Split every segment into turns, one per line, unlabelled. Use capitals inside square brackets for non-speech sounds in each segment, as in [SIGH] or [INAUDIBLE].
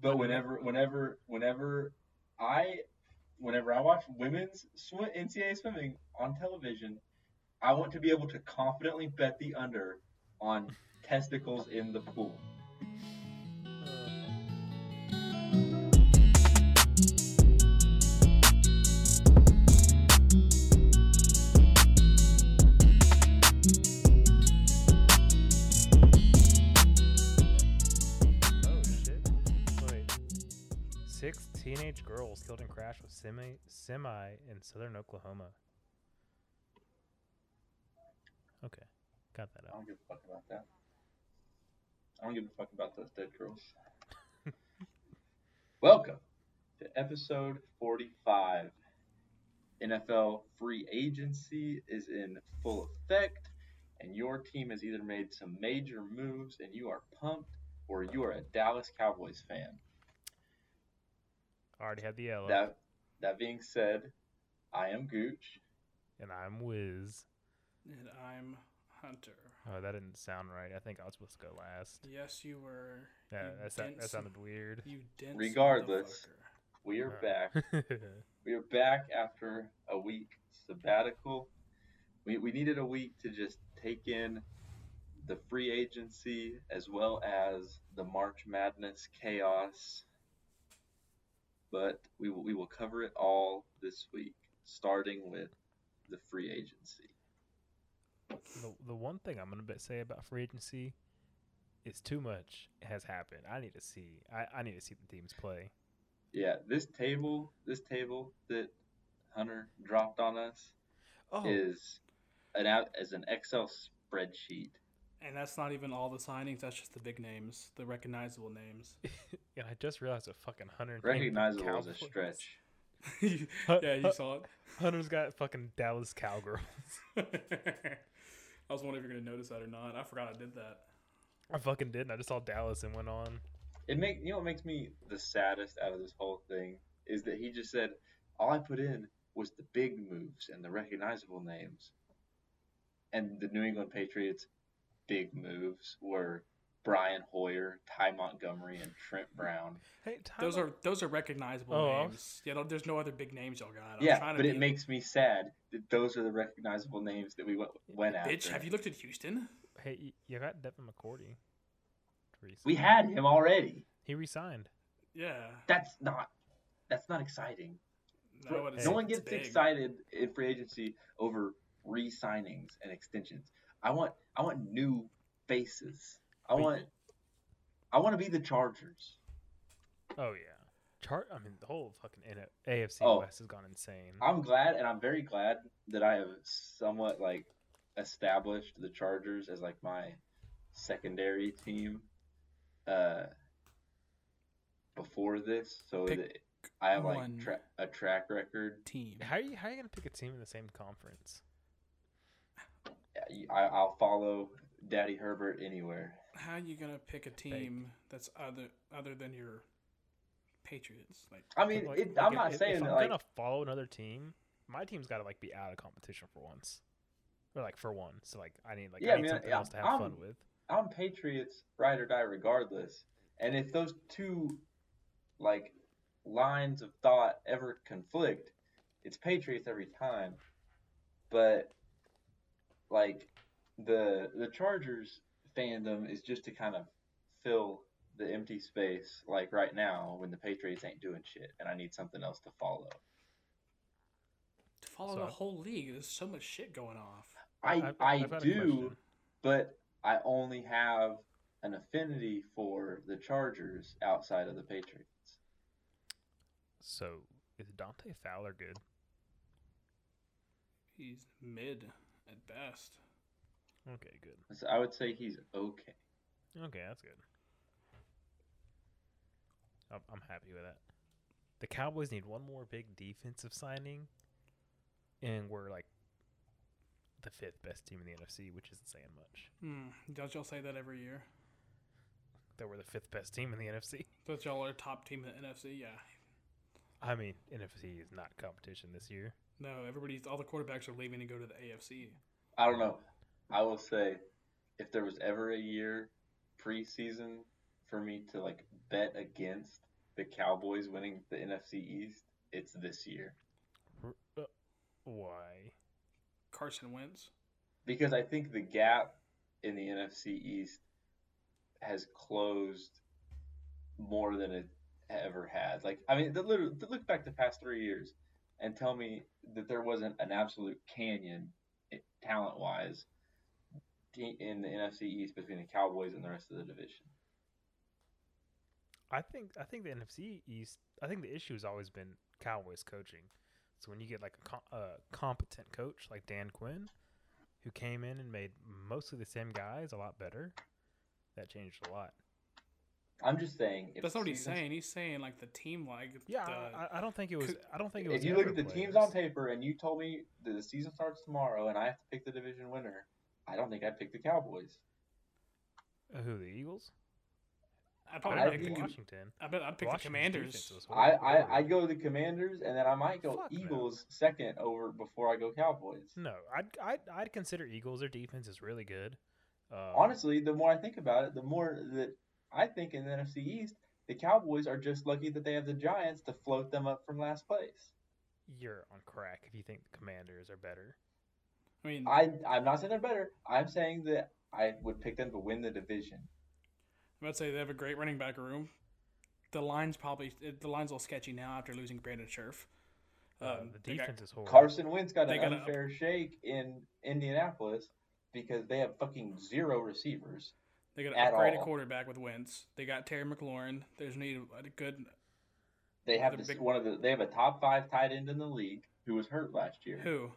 But whenever, whenever, whenever I, whenever I watch women's sw- NCAA swimming on television, I want to be able to confidently bet the under on testicles in the pool.
Oh, Oh shit! Wait, six teenage girls killed in crash with semi semi in southern Oklahoma. Okay, got that
I
out.
don't give a fuck about that. I don't give a fuck about those dead girls. Welcome to episode 45. NFL free agency is in full effect, and your team has either made some major moves and you are pumped, or you are a Dallas Cowboys fan.
Already had the yellow,
That, that being said, I am Gooch.
and I'm Wiz.
And I'm Hunter.
Oh, that didn't sound right. I think I was supposed to go last.
Yes, you were.
Yeah,
you
that, sa- that
dense-
sounded weird.
You dense
Regardless.
motherfucker.
We are
Uh,
back.
[LAUGHS]
We are back after a week sabbatical. We, we needed a week to just take in the free agency as well as the March Madness chaos. But we will, we will cover it all this week, starting with the free agency.
the, the one thing I'm gonna be- say about free agency is too much has happened. I need to see. I, I need to see the teams play.
Yeah, this table, this table that Hunter dropped on us
Oh,
is an out as an Excel spreadsheet.
And that's not even all the signings. That's just the big names, the
[LAUGHS]
recognizable names. [LAUGHS]
yeah, I just realized a fucking hundred.
Recognizable as a stretch.
yeah, you saw
[LAUGHS] Hunter's got fucking Dallas Cowgirls.
it. [LAUGHS] I was wondering if you're gonna notice that or not. I forgot I did that.
[LAUGHS] I fucking didn't. I just saw Dallas and went on.
It make you know what makes me the saddest out of this whole thing is that he just said all I put in was the big moves and the recognizable names, and the New England Patriots' big moves were Brian Hoyer, Ty Montgomery, and Trent Brown.
Hey, Ty
Those
Mon-
are those are recognizable
Oh, I was-
names. Yeah, don't- there's no other big names y'all got. [LAUGHS] I'm
yeah,
trying to
but it
be-
makes me sad that those are the recognizable names that we went, went after.
Bitch, have you looked at Houston?
Hey, y- you got Devin McCourty. to resign.
we had him already.
He resigned.
Yeah.
That's not. That's not exciting.
No,
Bro,
Hey.
it
no
isn't.
one
It's
gets
big.
excited in free agency over re-signings and extensions. I want I want new faces. I
But-
want I want to be the Chargers.
Oh yeah. Chart. I mean, the whole fucking N- AFC
Oh.
West has gone insane.
I'm glad and I'm very glad that I have somewhat like established the Chargers as like my secondary team uh before this so
Pick
that I have like
one.
tra- a track record.
Team.
How are you? How are you gonna pick a team in the same conference?
I, I'll follow Daddy Herbert anywhere.
How you gonna pick a team that's other other than your Patriots? Like
I mean,
Like-
it,
like,
I'm
if-
not
if,
saying
if I'm
that, like
gonna follow another team. My team's got to like be out of competition for once, or like for one. So like, I need like
Yeah,
I need
man,
something
yeah,
else to have fun
I'm-
with.
I'm Patriots ride or die regardless. And if those two like lines of thought ever conflict, it's Patriots every time. But like the the Chargers fandom is just to kind of fill the empty space like right now when the Patriots ain't doing shit and I need something else to follow.
to follow
So
the
I-
whole league. There's so much shit going off.
I
I've-
I,
I've got a
do
question.
but I only have an affinity for the Chargers outside of the Patriots.
So is Dante Fowler good?
He's mid at best.
Okay, good.
So I would say he's okay.
Okay, that's good. I'm, I'm happy with that. The Cowboys need one more big defensive signing, and we're like the fifth best team in the NFC, which isn't saying much.
Hmm. Don't y'all say that every year?
That we're the fifth best team in the NFC.
That y'all are top team in the NFC? Yeah.
I mean, NFC is not competition this year.
No, everybody's all the quarterbacks are leaving to go to the AFC.
I don't know. I will say if there was ever a year preseason for me to like bet against the Cowboys winning the NFC East, it's this year.
R- uh, Why?
Carson Wentz.
Because I think the gap in the NFC East has closed more than it ever has. Like, I mean, the, literally, look back the past three years and tell me that there wasn't an absolute canyon talent wise in the NFC East between the Cowboys and the rest of the division.
I think I think the NFC East. I think the issue has always been Cowboys coaching. So when you get like a, com- a competent coach like Dan Quinn, who came in and made mostly the same guys a lot better, that changed a lot.
I'm just saying. if
That's not what he's
seasons-
saying. He's saying like the team like
Yeah,
the,
I, I- I don't think it was.
could-
I don't think it was.
If you look
ever
at the
players.
teams on paper and you told me that the season starts tomorrow and I have to pick the division winner, I don't think I'd pick the Cowboys.
Uh, who the Eagles?
I'd
I
probably
I'd
picked
be-
pick the, Com-
Washington.
I bet I'd pick the
Washington's
Commanders.
defense was
I,
horrible.
I I go the Commanders and then I might go
Fuck Hmm. no.
Eagles second over before I go Cowboys.
No, I'd, I'd I'd consider Eagles. Their defense is really good. Um,
Honestly, the more I think about it, the more that I think in the NFC East, the Cowboys are just lucky that they have the Giants to float them up from last place.
you're on crack if you think the Commanders are better.
I mean, I,
I I'm not saying they're better. I'm saying that I would pick them to win the division.
would say they have a great running back room. The line's probably it- the line's a little sketchy now after losing Brandon Scherf.
Uh,
Um,
the
they got-
defense is horrible.
Carson Wentz got
They
an
gotta up-
unfair shake in Indianapolis because they have fucking zero receivers.
They got to
At
upgrade
all.
a quarterback with Wentz. They got Terry McLaurin. There's need of a good
They have
They're
this,
big-
one of the they have a top five tight end in the league who was hurt last year,
who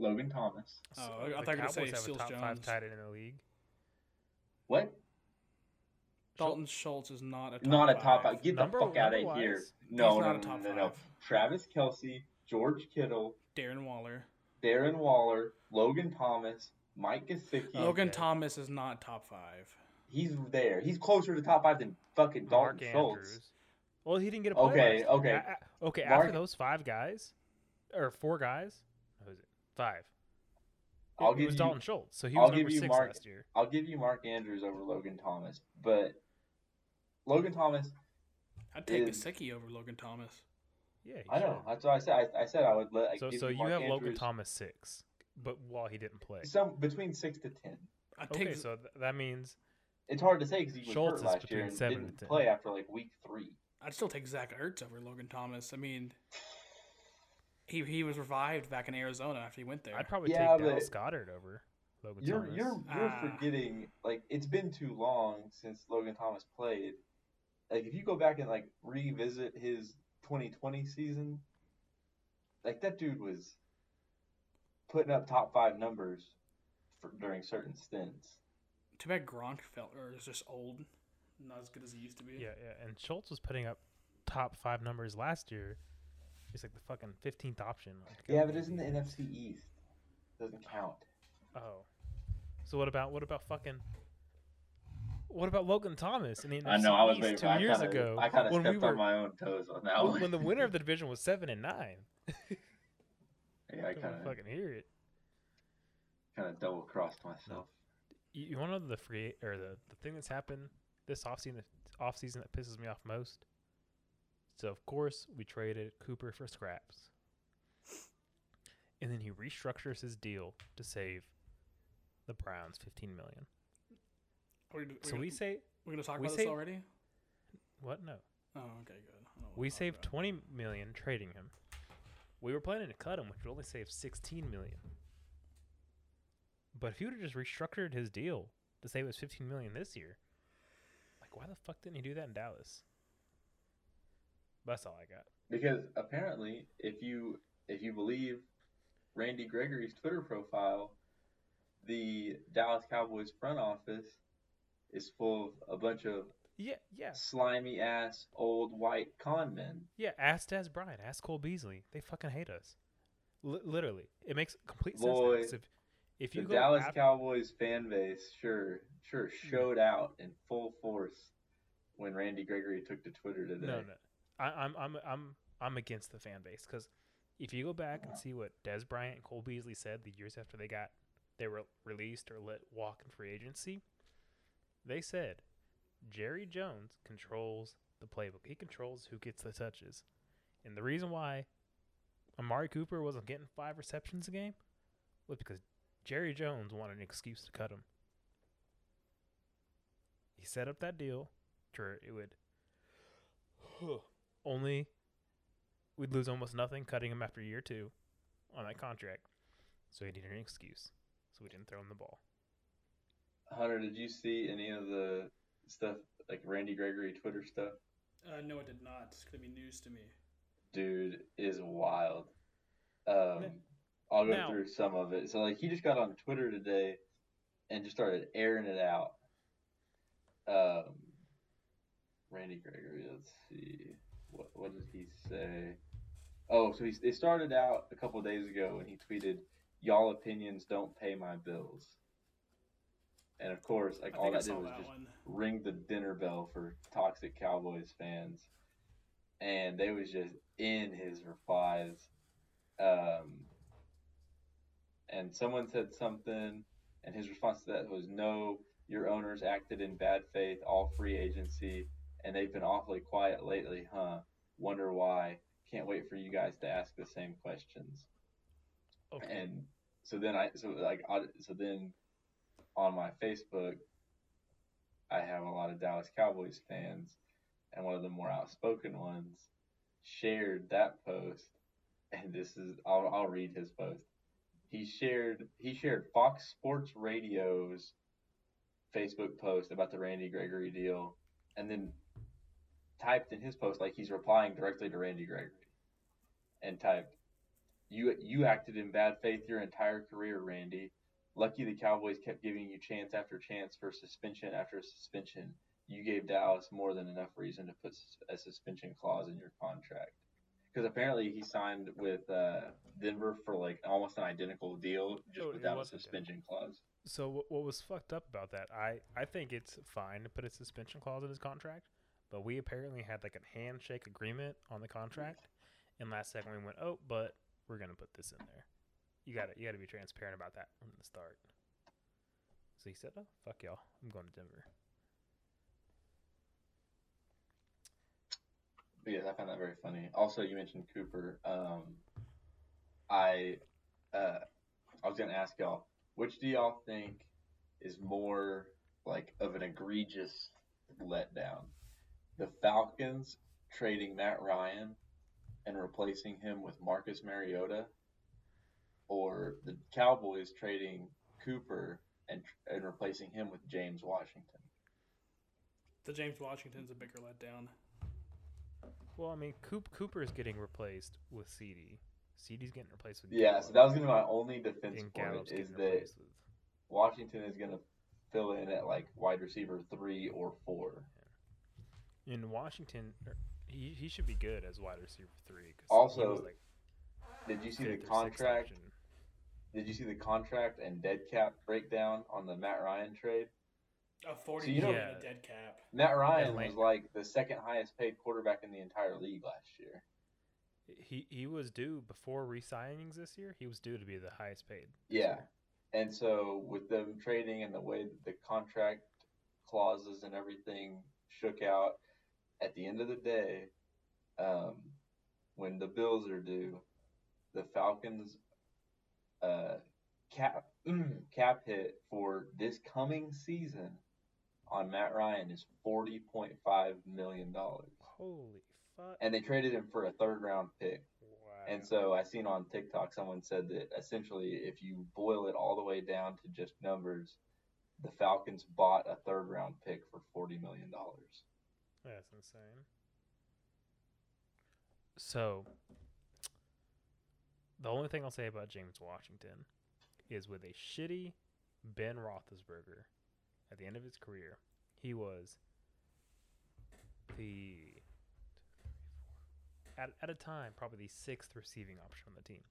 Logan Thomas.
So,
Oh,
the
I thought you were gonna
Cowboys
say
have
Seals
a top five
Jones.
tight end in the league.
What?
Dalton Schultz is not a top
not a top
five.
five. Get
Number-
the fuck out of
number-wise,
here.
he's
No, no,
not a
no, no,
top
no, no.
five.
Travis Kelsey, George Kittle,
Darren Waller.
Darren Waller, Logan Thomas, Mike Gesicki.
Logan
Okay.
Thomas is not top five.
He's there. He's closer to top five than fucking Dalton
Mark
Schultz.
Andrews. Well, he didn't get a play.
Okay,
last
okay.
year. A- a- okay,
Mark-
after those five guys, or four guys, who is it? Five. It-
I'll
it
give
was
you-
Dalton Schultz, so he
I'll
was
give
number
you
six
Mark-
last year.
I'll give you Mark Andrews over Logan Thomas, but Logan Thomas.
I'd take
Is-
Gesicki over Logan Thomas.
Yeah, he
I know.
should.
That's what I said. I, I said I would let. I'd
So,
give
so you
Mark
have Logan
Andrews
Thomas six, but while he didn't play.
Some between six to ten.
I'd take
Okay, so th- that means
It's hard to say because he was
Schultz
hurt
is
last
between
year and
seven
didn't
and 10.
play after like week three.
I'd still take Zach Ertz over Logan Thomas. I mean, he he was revived back in Arizona after he went there.
I'd probably
Yeah,
take Dallas
but-
Goddard over Logan
You're
Thomas.
you're you're
Ah.
forgetting like it's been too long since Logan Thomas played. Like if you go back and like revisit his 2020 season, like that dude was putting up top five numbers for during certain stints.
Too bad Gronk felt or is just old, not as good as he used to be.
Yeah, yeah. And Schultz was putting up top five numbers last year. He's like the fucking fifteenth option. on the
Yeah, but
Cowboys.
isn't the NFC East doesn't count?
Oh. So what about what about fucking what about Logan Thomas? I mean, two years ago when we were
my own toes on that [LAUGHS]
when, when the winner of the division was seven and nine.
yeah, I
Couldn't fucking hear it.
kind of double crossed myself.
You, you want to know the free or the, the thing that's happened this offseason offseason that pisses me off most? So of course we traded Cooper for scraps. And then he restructures his deal to save the Browns fifteen million.
We're, we
So we say
we're gonna talk
we
about
say-
this already.
what no.
Oh, okay, good. I don't wanna
We
talk
saved
about it.
20 million trading him. We were planning to cut him, which would only save 16 million. But if he would have just restructured his deal to save us 15 million this year, like why the fuck didn't he do that in Dallas? That's all I got.
Because apparently, if you if you believe Randy Gregory's Twitter profile, the Dallas Cowboys front office is full of a bunch of
Yeah, yeah,
slimy ass old white con men.
yeah. Ask Des Bryant, ask Cole Beasley. They fucking hate us. Li- literally, it makes complete sense. now,
Boy,
'cause if if
The
you go Hmm.
Dallas
after-
Cowboys fan base sure sure showed out in full force when Randy Gregory took to Twitter today.
No, no. I, I'm I'm I'm I'm against the fan base because if you go back and see what Des Bryant and Cole Beasley said the years after they got they were released or let walk in free agency, they said Jerry Jones controls the playbook. He controls who gets the touches. And the reason why Amari Cooper wasn't getting five receptions a game was because Jerry Jones wanted an excuse to cut him. He set up that deal to where it would [SIGHS] only we'd lose almost nothing cutting him after year two on that contract. So he needed an excuse. So we didn't throw him the ball.
Hunter, did you see any of the stuff like Randy Gregory Twitter stuff?
Uh, no, it did not. It's gonna be news to me.
Dude is wild. Um, I'll go
Now-
through some of it. So like he just got on Twitter today and just started airing it out. Um, Randy Gregory. Let's see. What what did he say? Oh, so he they started out a couple days ago when he tweeted, "Y'all opinions don't pay my bills." And of course, like
I
all
think I
that did
saw
was
that
just
one.
ring the dinner bell for toxic Cowboys fans, and they was just in his replies. Um, and someone said something, and his response to that was, "No, your owners acted in bad faith, all free agency, and they've been awfully quiet lately, huh? Wonder why? Can't wait for you guys to ask the same questions."
Okay.
and so then I so like I, so then on my Facebook, I have a lot of Dallas Cowboys fans, and one of the more outspoken ones shared that post, and this is I'll I'll read his post. He shared he shared Fox Sports Radio's Facebook post about the Randy Gregory deal, and then typed in his post like he's replying directly to Randy Gregory, and typed you you acted in bad faith your entire career, Randy. Lucky the Cowboys kept giving you chance after chance for suspension after suspension. You gave Dallas more than enough reason to put sus- a suspension clause in your contract. Because apparently he signed with uh, Denver for like almost an identical deal, just
Oh, it
without a
wasn't
suspension clause.
So what, what was fucked up about that? I I think it's fine to put a suspension clause in his contract, but we apparently had like a handshake agreement on the contract, and last second we went, oh, but we're gonna put this in there. You got to You got to be transparent about that from the start. So he said, oh, fuck y'all, I'm going to Denver.
But yes, I found that very funny. Also, you mentioned Cooper. Um, I, uh, I was gonna ask y'all, which do y'all think is more like of an egregious letdown? The Falcons trading Matt Ryan and replacing him with Marcus Mariota, or the Cowboys trading Cooper and and replacing him with James Washington?
The James Washington's a bigger letdown.
Well, I mean, Coop Cooper is getting replaced with CD. CD's getting replaced with
Yeah, so that was gonna be my only defense
and
point
Gallup's
is
getting
that.
replaced with.
Washington is going to fill in at like wide receiver three or four.
In Washington, er, he, he should be good as wide receiver three. 'cause he
Also,
was, like,
Did you see the
fifth or sixth
contract?
option.
Did you see the contract and dead cap breakdown on the Matt Ryan trade?
A forty
So you
know-
million and
Yeah.
a dead cap.
Matt Ryan
Atlanta.
was like the second highest paid quarterback in the entire league last year.
He he was due before re-signings this year. He was due to be the highest paid. this
Yeah.
year.
And so with them trading and the way that the contract clauses and everything shook out, at the end of the day, um, when the bills are due, the Falcons uh, cap [CLEARS THROAT] cap hit for this coming season on Matt Ryan is forty point five million dollars,
Holy fuck!
and they traded him for a third round pick.
wow.
And so I seen on TikTok someone said that essentially if you boil it all the way down to just numbers, the Falcons bought a third round pick for forty million dollars.
that's insane. So, the only thing I'll say about James Washington is with a shitty Ben Roethlisberger at the end of his career, he was the at, at a time probably the sixth receiving option on the team.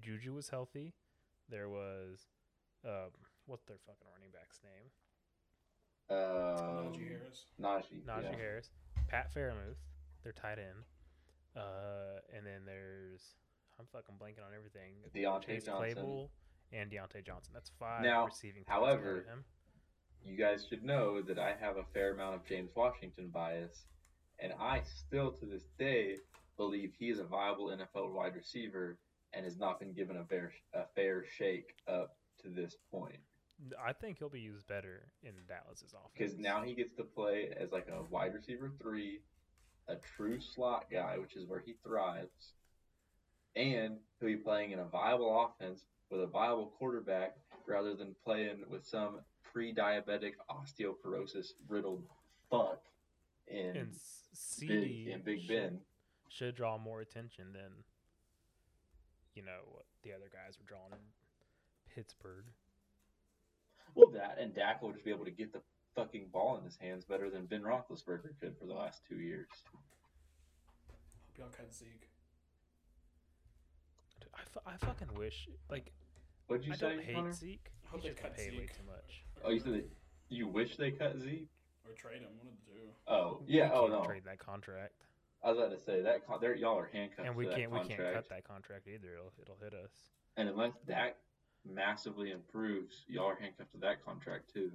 Juju was healthy. There was um, what's their fucking running back's name?
Um,
Najee Harris.
Najee.
Najee
yeah.
Harris, Pat Fairmouth, their tight end, uh, and then there's I'm fucking blanking on everything.
Deontay Johnson.
and Deontay Johnson. That's five
Now,
receiving. touchdowns out of
however,
him.
You guys should know that I have a fair amount of James Washington bias, And I still to this day believe he is a viable NFL wide receiver and has not been given a fair a fair shake up to this point.
I think he'll be used better in Dallas's offense.
Because now he gets to play as like a wide receiver three, a true slot guy, which is where he thrives, and he'll be playing in a viable offense with a viable quarterback rather than playing with some pre-diabetic osteoporosis riddled fuck in,
and S-
Big,
CD
in Big
should-
Ben.
should draw more attention than you know what the other guys were drawing in Pittsburgh.
Well, that and Dak will just be able to get the fucking ball in his hands better than Ben Roethlisberger could for the last two years.
Hope y'all cut Zeke.
Dude, I, fu- I fucking wish like
What'd you
I
say,
don't hate
Hunter?
Zeke.
I hope
He's
they
just got
cut
paid way
Zeke.
too much.
Oh, you said that you wish they cut Zeke?
or trade him. What did they do?
Oh,
We
yeah. Oh
can't
no,
trade that contract,
I was about to say that con- there y'all are handcuffed
and we
to that
can't we
contract.
can't cut that contract either. It'll, it'll hit us.
And unless Dak massively improves, y'all are handcuffed to that contract too.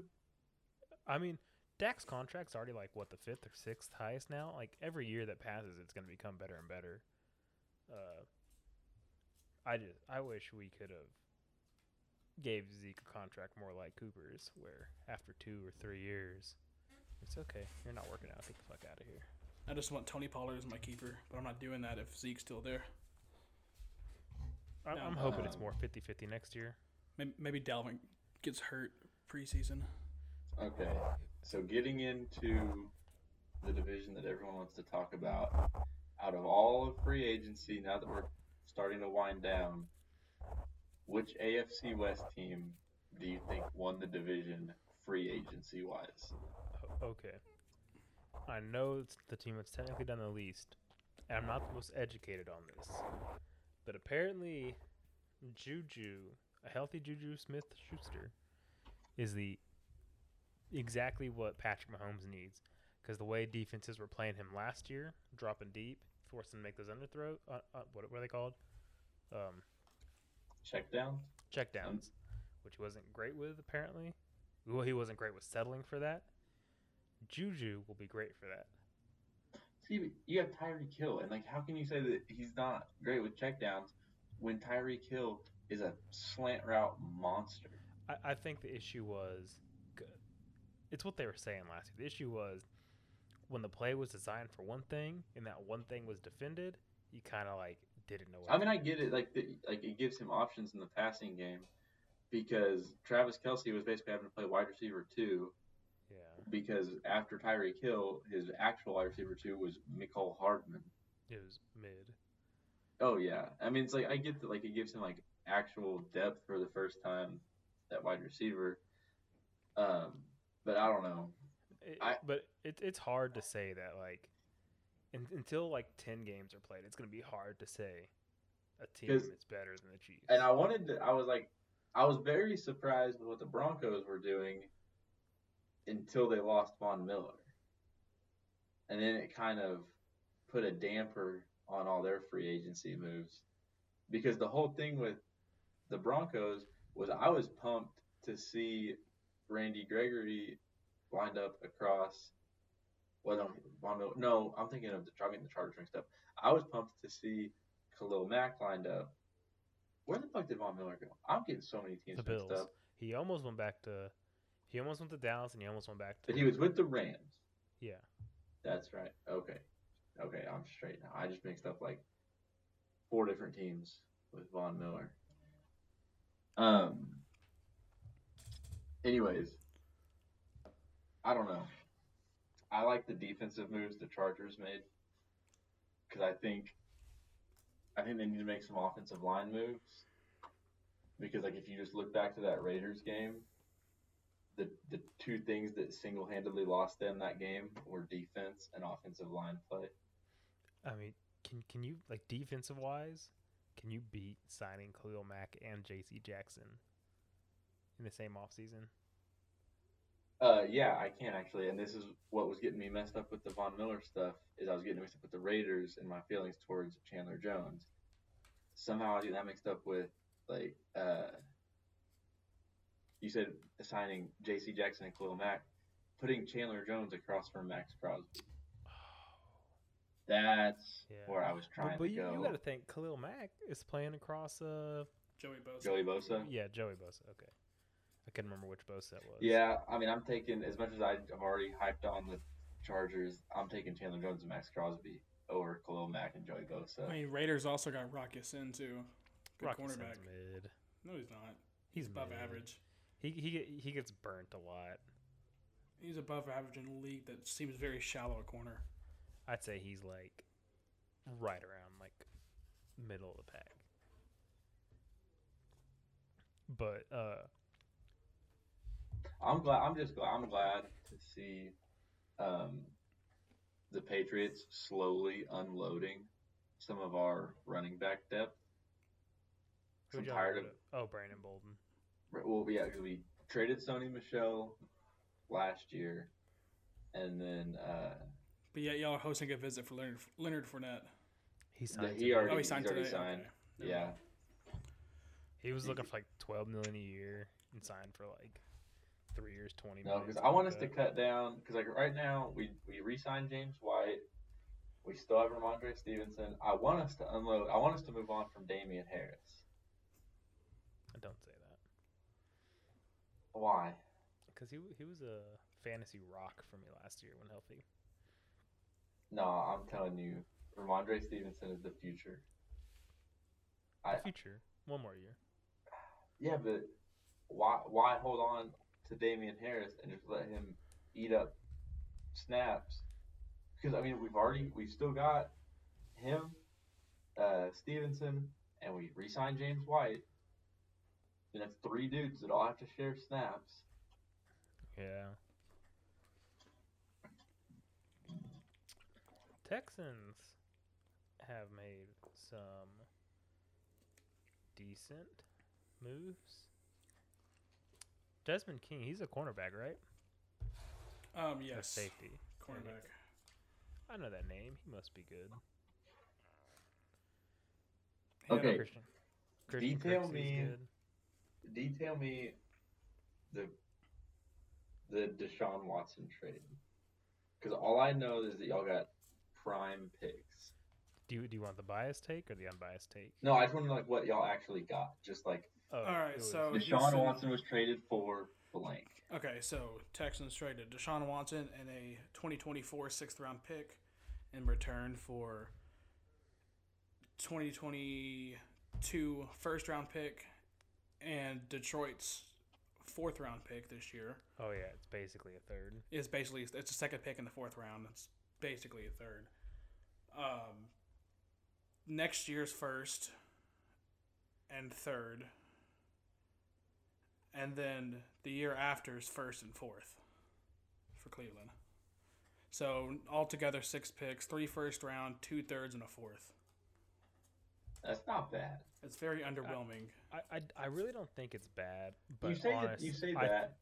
I mean, Dak's contract's already like what the fifth or sixth highest now. Like every year that passes, it's going to become better and better. Uh, I just I wish we could have gave Zeke a contract more like Cooper's, where after two or three years, it's okay. You're not working out. Get the fuck out of here.
I just want Tony Pollard as my keeper, but I'm not doing that if Zeke's still there.
I'm,
No.
I'm hoping it's
Um,
more 50-50 next year.
Maybe, maybe Dalvin gets hurt preseason.
Okay, so getting into the division that everyone wants to talk about, out of all of free agency, now that we're starting to wind down, which AFC West team do you think won the division free agency wise?
O- Okay. I know it's the team that's technically done the least, and I'm not the most educated on this, but apparently, Juju, a healthy Juju Smith Schuster, is the exactly what Patrick Mahomes needs. Because the way defenses were playing him last year, dropping deep, forcing him to make those underthrow, uh, uh, what, what are they called? Um,
Check down?
checkdowns, which he wasn't great with apparently. Well, he wasn't great with settling for that. Juju will be great for that.
See, but you have Tyreek Hill, and like, how can you say that he's not great with checkdowns when Tyreek Hill is a slant route monster?
I, I think the issue was, g- it's what they were saying last year. The issue was when the play was designed for one thing and that one thing was defended, you kind of like didn't know. What
I mean,
to
I
do.
get it. Like, the, like it gives him options in the passing game because Travis Kelsey was basically having to play wide receiver two
yeah,
because after Tyreek Hill, his actual wide receiver two was Nicole Hardman.
it was mid.
Oh yeah, I mean, it's like I get that. Like, it gives him like actual depth for the first time at wide receiver. Um, but I don't know.
It,
I-
but it, it's hard to say that like un until like ten games are played, it's gonna be hard to say a team
'Cause-
is better than the Chiefs.
And I wanted to, I was like, I was very surprised with what the Broncos were doing until they lost Von Miller. And then it kind of put a damper on all their free agency moves. Because the whole thing with the Broncos was I was pumped to see Randy Gregory lined up across. Well, no, Von Miller, no, I'm thinking of the, I'm getting the Chargers mixed up. I was pumped to see Khalil Mack lined up. Where the fuck did Von Miller go? I'm getting so many teams
the
mixed
Bills.
up.
He almost went back to. He almost went to Dallas, and he almost went back to.
But he was with the Rams.
Yeah,
That's right. Okay. Okay, I'm straight now. I just mixed up like four different teams with Von Miller. Um anyways, I don't know. I like the defensive moves the Chargers made cuz I think I think they need to make some offensive line moves because like if you just look back to that Raiders game, the the two things that single handedly lost them that game were defense and offensive line play.
I mean, can can you like defensive wise? Can you beat signing Khalil Mack and J.C. Jackson in the same offseason?
Uh, yeah, I can actually, and this is what was getting me messed up with the Von Miller stuff is I was getting mixed up with the Raiders and my feelings towards Chandler Jones. Somehow I was getting that mixed up with like uh, you said signing J.C. Jackson and Khalil Mack, putting Chandler Jones across from Max Crosby.
Oh,
That's
Yeah.
where I was
But,
trying
but
to
you,
go.
you got to think Khalil Mack is playing across. Uh,
Joey Bosa.
Joey Bosa.
yeah, Joey Bosa. Okay, I couldn't remember which Bosa that was.
Yeah, I mean, I'm taking as much as I have already hyped on the Chargers. I'm taking Chandler Jones and Max Crosby over Khalil Mack and Joey Bosa.
I mean, Raiders also got Rocky Sin too. Good
Rocky Sin's
cornerback.
mid.
No, he's not.
He's
above
mid.
average.
He he get- he gets burnt a lot.
He's above average in a league that seems very shallow at corner.
I'd say he's like right around like middle of the pack. But uh
I'm glad. I'm just glad. I'm glad to see um, the Patriots slowly unloading some of our running back depth.
who
I'm
y'all
tired
got
of-
up? Oh, Brandon Bolden.
Right, Well, yeah, 'cause we traded Sony Michelle last year, and then uh,
But yet, y'all are hosting a visit for Leonard, Leonard Fournette.
He
the,
signed.
he
today.
already
Oh, he
he's
signed
already
today,
signed.
okay. Never
Yeah,
mind.
He was
he-
looking for like twelve million a year and signed for like three years, twenty
no,
million.
because I
something
want
like
us to
that.
cut down. Because like right now, we we re-signed James White. We still have Ramondre Stevenson. I want us to unload. I want us to move on from Damian Harris.
I don't say that
Why?
because he w- he was a fantasy rock for me last year when healthy.
No, I'm telling you, Ramondre Stevenson is the future. I-
The future, one more year.
Yeah, but why why hold on to Damian Harris and just let him eat up snaps? Because I mean, we've already we've still got him, uh, Stevenson, and we re-signed James White. And that's three dudes that all have to share snaps.
Yeah. Texans have made some decent moves. Desmond King, he's a cornerback, right?
Um,
Or
yes,
safety.
cornerback.
I know that name. He must be good.
Yeah. Okay.
Christian. Christian
Detail
Kirksey's
me-
good.
Detail me the the Deshaun Watson trade. Because all I know is that y'all got prime picks.
Do you, do you want the biased take or the unbiased take?
No, I just want to know like what y'all actually got. Just like
Oh,
All right,
it was-
so-
Deshaun
Houston-
Watson was traded for blank.
Okay, so Texans traded Deshaun Watson and a 2024 sixth round pick in return for 2022 first round pick and Detroit's fourth round pick this year
Oh yeah, it's basically a third.
is basically it's a second pick in the fourth round. It's basically a third. Um, next year's first and third, and then the year after's first and fourth for Cleveland. So altogether six picks, three first round, two thirds, and a fourth.
That's not bad.
It's very underwhelming.
I, I, I really don't think it's bad. But
you say that
honest-
you say
I-
that.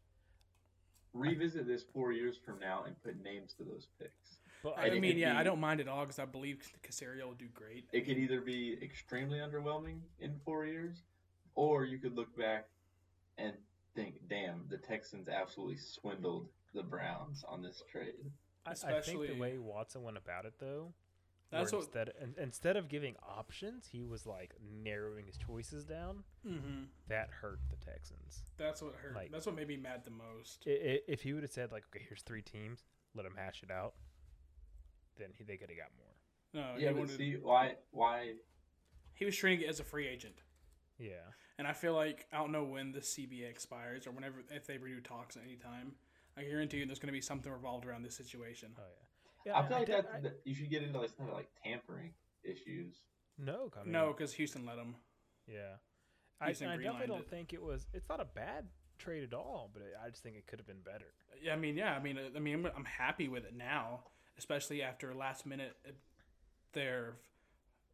Revisit this four years from now and put names to those picks.
but
I,
it
mean,
could
yeah, I
be-
don't mind at all because I believe Casario will do great.
It could either be extremely underwhelming in four years, or you could look back and think, "Damn, the Texans absolutely swindled the Browns on this trade."
I, I think the
Especially-
way Watson went about it, though, where
That's what-
instead in, instead of giving options, he was like narrowing his choices down.
Mm-hmm.
That hurt the Texans.
That's what hurt.
Like-
That's what made me mad the most.
I- i- If he would have said like, okay, here's three teams, let them hash it out, then he, they could have got more.
No,
yeah,
he
but
wanted-
see why? Why?
He was trading it as a free agent,
Yeah,
and I feel like I don't know when the CBA expires or whenever if they renew talks at any time. I guarantee you, there's going to be something revolved around this situation.
oh yeah. yeah
I feel like
did-
that, that you should get into like some of, like tampering issues.
no, I mean,
no, because Houston let him.
yeah. I, I
Houston
definitely
greenlined
don't
it.
think it was. It's not a bad trade at all, but I just think it could have been better.
Yeah, I mean, yeah, I mean, uh, I mean, I'm, I'm happy with it now, especially after last minute, uh, their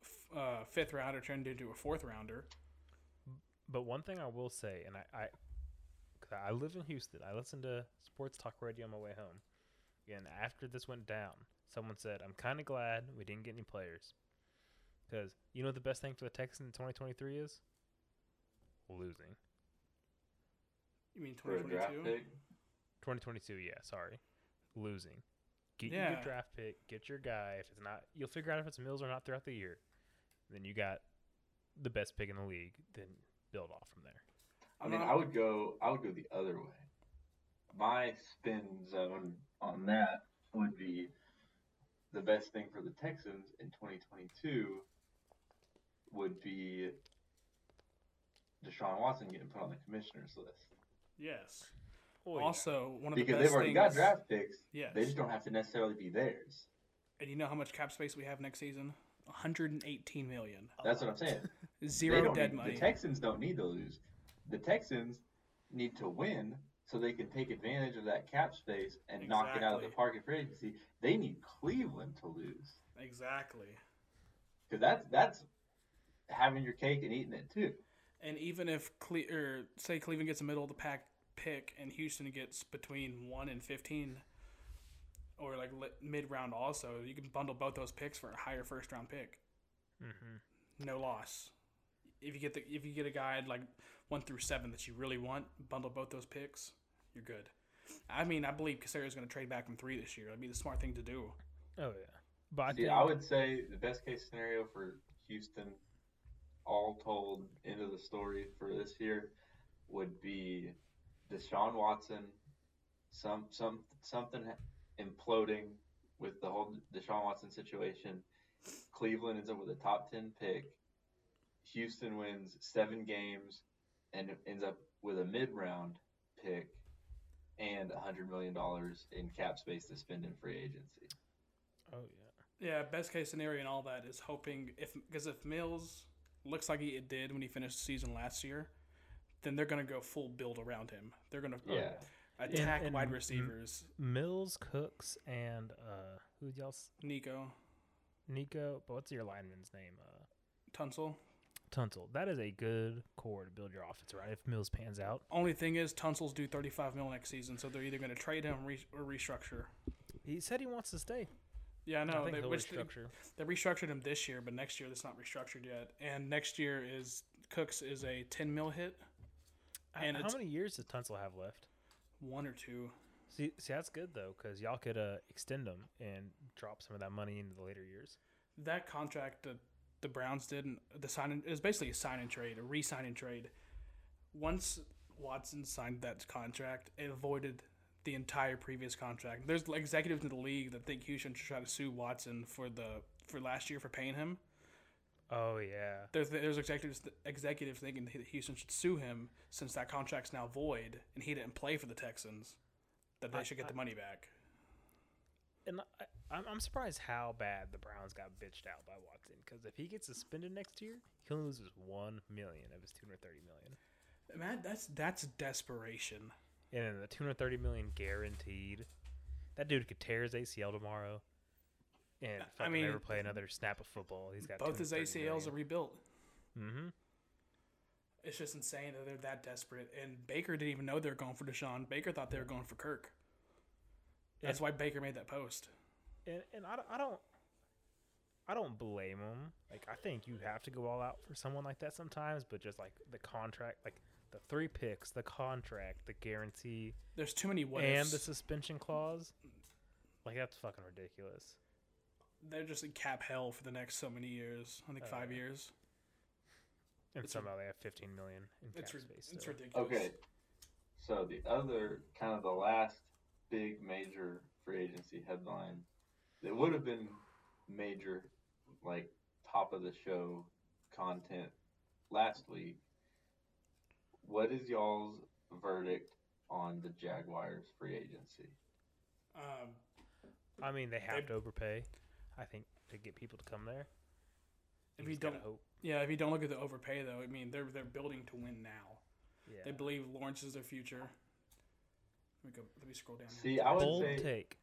f- uh, fifth rounder turned into a fourth rounder.
But one thing I will say, and I, I, 'cause I live in Houston, I listen to sports talk radio on my way home. And after this went down, someone said, "I'm kind of glad we didn't get any players, because you know what the best thing for the Texans in 2023 is losing.
You mean
for a draft
2022?
pick.
2022, yeah, sorry, losing. Get your
Yeah.
draft pick, get your guy. If it's not, you'll figure out if it's Mills or not throughout the year. Then you got the best pick in the league. Then build off from there.
I mean, I would go. I would go the other way. My spin zone on that would be the best thing for the Texans in 2022 would be Deshaun Watson getting put on the commissioner's list
Yes.
Well,
also, one of the
because
best
they've already
things,
got draft picks.
Yes.
They just don't have to necessarily be theirs.
And you know how much cap space we have next season? 118 million.
That's what I'm saying. They
Zero
don't
dead
need-
money.
The Texans don't need to lose. The Texans need to win so they can take advantage of that cap space and knock it out of the
Exactly.
park in free agency. They need Cleveland to lose
exactly.
because that's that's having your cake and eating it too.
And even if Cle- or say Cleveland gets a middle of the pack pick and Houston gets between 1 and 15 or like mid round also, you can bundle both those picks for a higher first round pick.
hmm
no loss. If you get the if you get a guy like one through seven that you really want, bundle both those picks, you're good. I mean, I believe Casares going to trade back from three this year. That'd be the smart thing to do.
Oh yeah, but I
See,
think
I would say the best case scenario for Houston, all told, end of the story for this year, would be Deshaun Watson, some some something imploding with the whole Deshaun Watson situation. Cleveland ends up with a top ten pick. Houston wins seven games, and ends up with a mid round pick. And $100 million in cap space to spend in free agency.
Oh yeah,
Yeah, best case scenario and all that is hoping if because if Mills looks like he did when he finished the season last year, then they're going to go full build around him. They're going to
Yeah.
attack
And- mm-hmm. and-
wide receivers.
Mills, Cooks, and uh, who y'all?
Nico
Nico, but what's your lineman's name? Uh,
Tunsil.
Tunsil. That is a good core to build your offense around. If Mills pans out,
Only thing is, Tunsil's due 35 mil next season, so they're either going to trade him re- or restructure.
he said he wants to stay.
Yeah, no,
I think
they,
he'll
which they- [LAUGHS]
restructure.
They restructured him this year, but next year that's not restructured yet. And next year is Cooks is a ten mil hit,
H-
and
how
it's-
many years does Tunsil have left?
one or two.
See, see, that's good though, because y'all could uh, extend him and drop some of that money into the later years.
That contract that the Browns did, and the sign and- it was basically a sign and trade, a re-sign and trade. Once Watson signed that contract, it avoided the entire previous contract. There's executives in the league that think Houston should try to sue Watson for the for last year for paying him.
Oh yeah,
There's there's executives executives thinking that Houston should sue him since that contract's now void and he didn't play for the Texans, that they
I-
should get the money back.
and I, I'm, I'm surprised how bad the Browns got bitched out by Watson. Because if he gets suspended next year, he only loses one million of his two hundred thirty million,
Man, that's that's desperation.
and then the two hundred thirty million guaranteed. That dude could tear his ACL tomorrow, and
I
fucking
mean,
never play another snap of football. He's got
Both his ACLs are rebuilt.
Mm-hmm.
It's just insane that they're that desperate. And Baker didn't even know they were going for Deshaun. Baker thought they were going for Kirk. That's
And-
why Baker made that post.
and and I, don't- I don't I don't blame him. Like I think you have to go all out for someone like that sometimes, but just like the contract, like the three picks, the contract, the guarantee,
There's too many what
and
ifs.
the suspension clause. Like that's fucking ridiculous.
they're just in cap hell for the next so many years. I think
Oh,
five
yeah.
years.
And
It's ri-
somehow they have 15 million in cap
It's ri-
space.
it's
still.
ridiculous.
Okay. So the other kind of the last big major free agency headline that would have been major, like top of the show content last week. What is y'all's verdict on the Jaguars free agency?
Um,
I mean, they have to
They-
overpay. I think to get people to come there.
If
you
you
just gotta
don't-
hope.
yeah, if you don't look at the overpay though, I mean they're they're building to win now. They
Yeah.
believe Lawrence is their future. Let me go. Let me scroll down. here.
See, I would
Bold
say
take.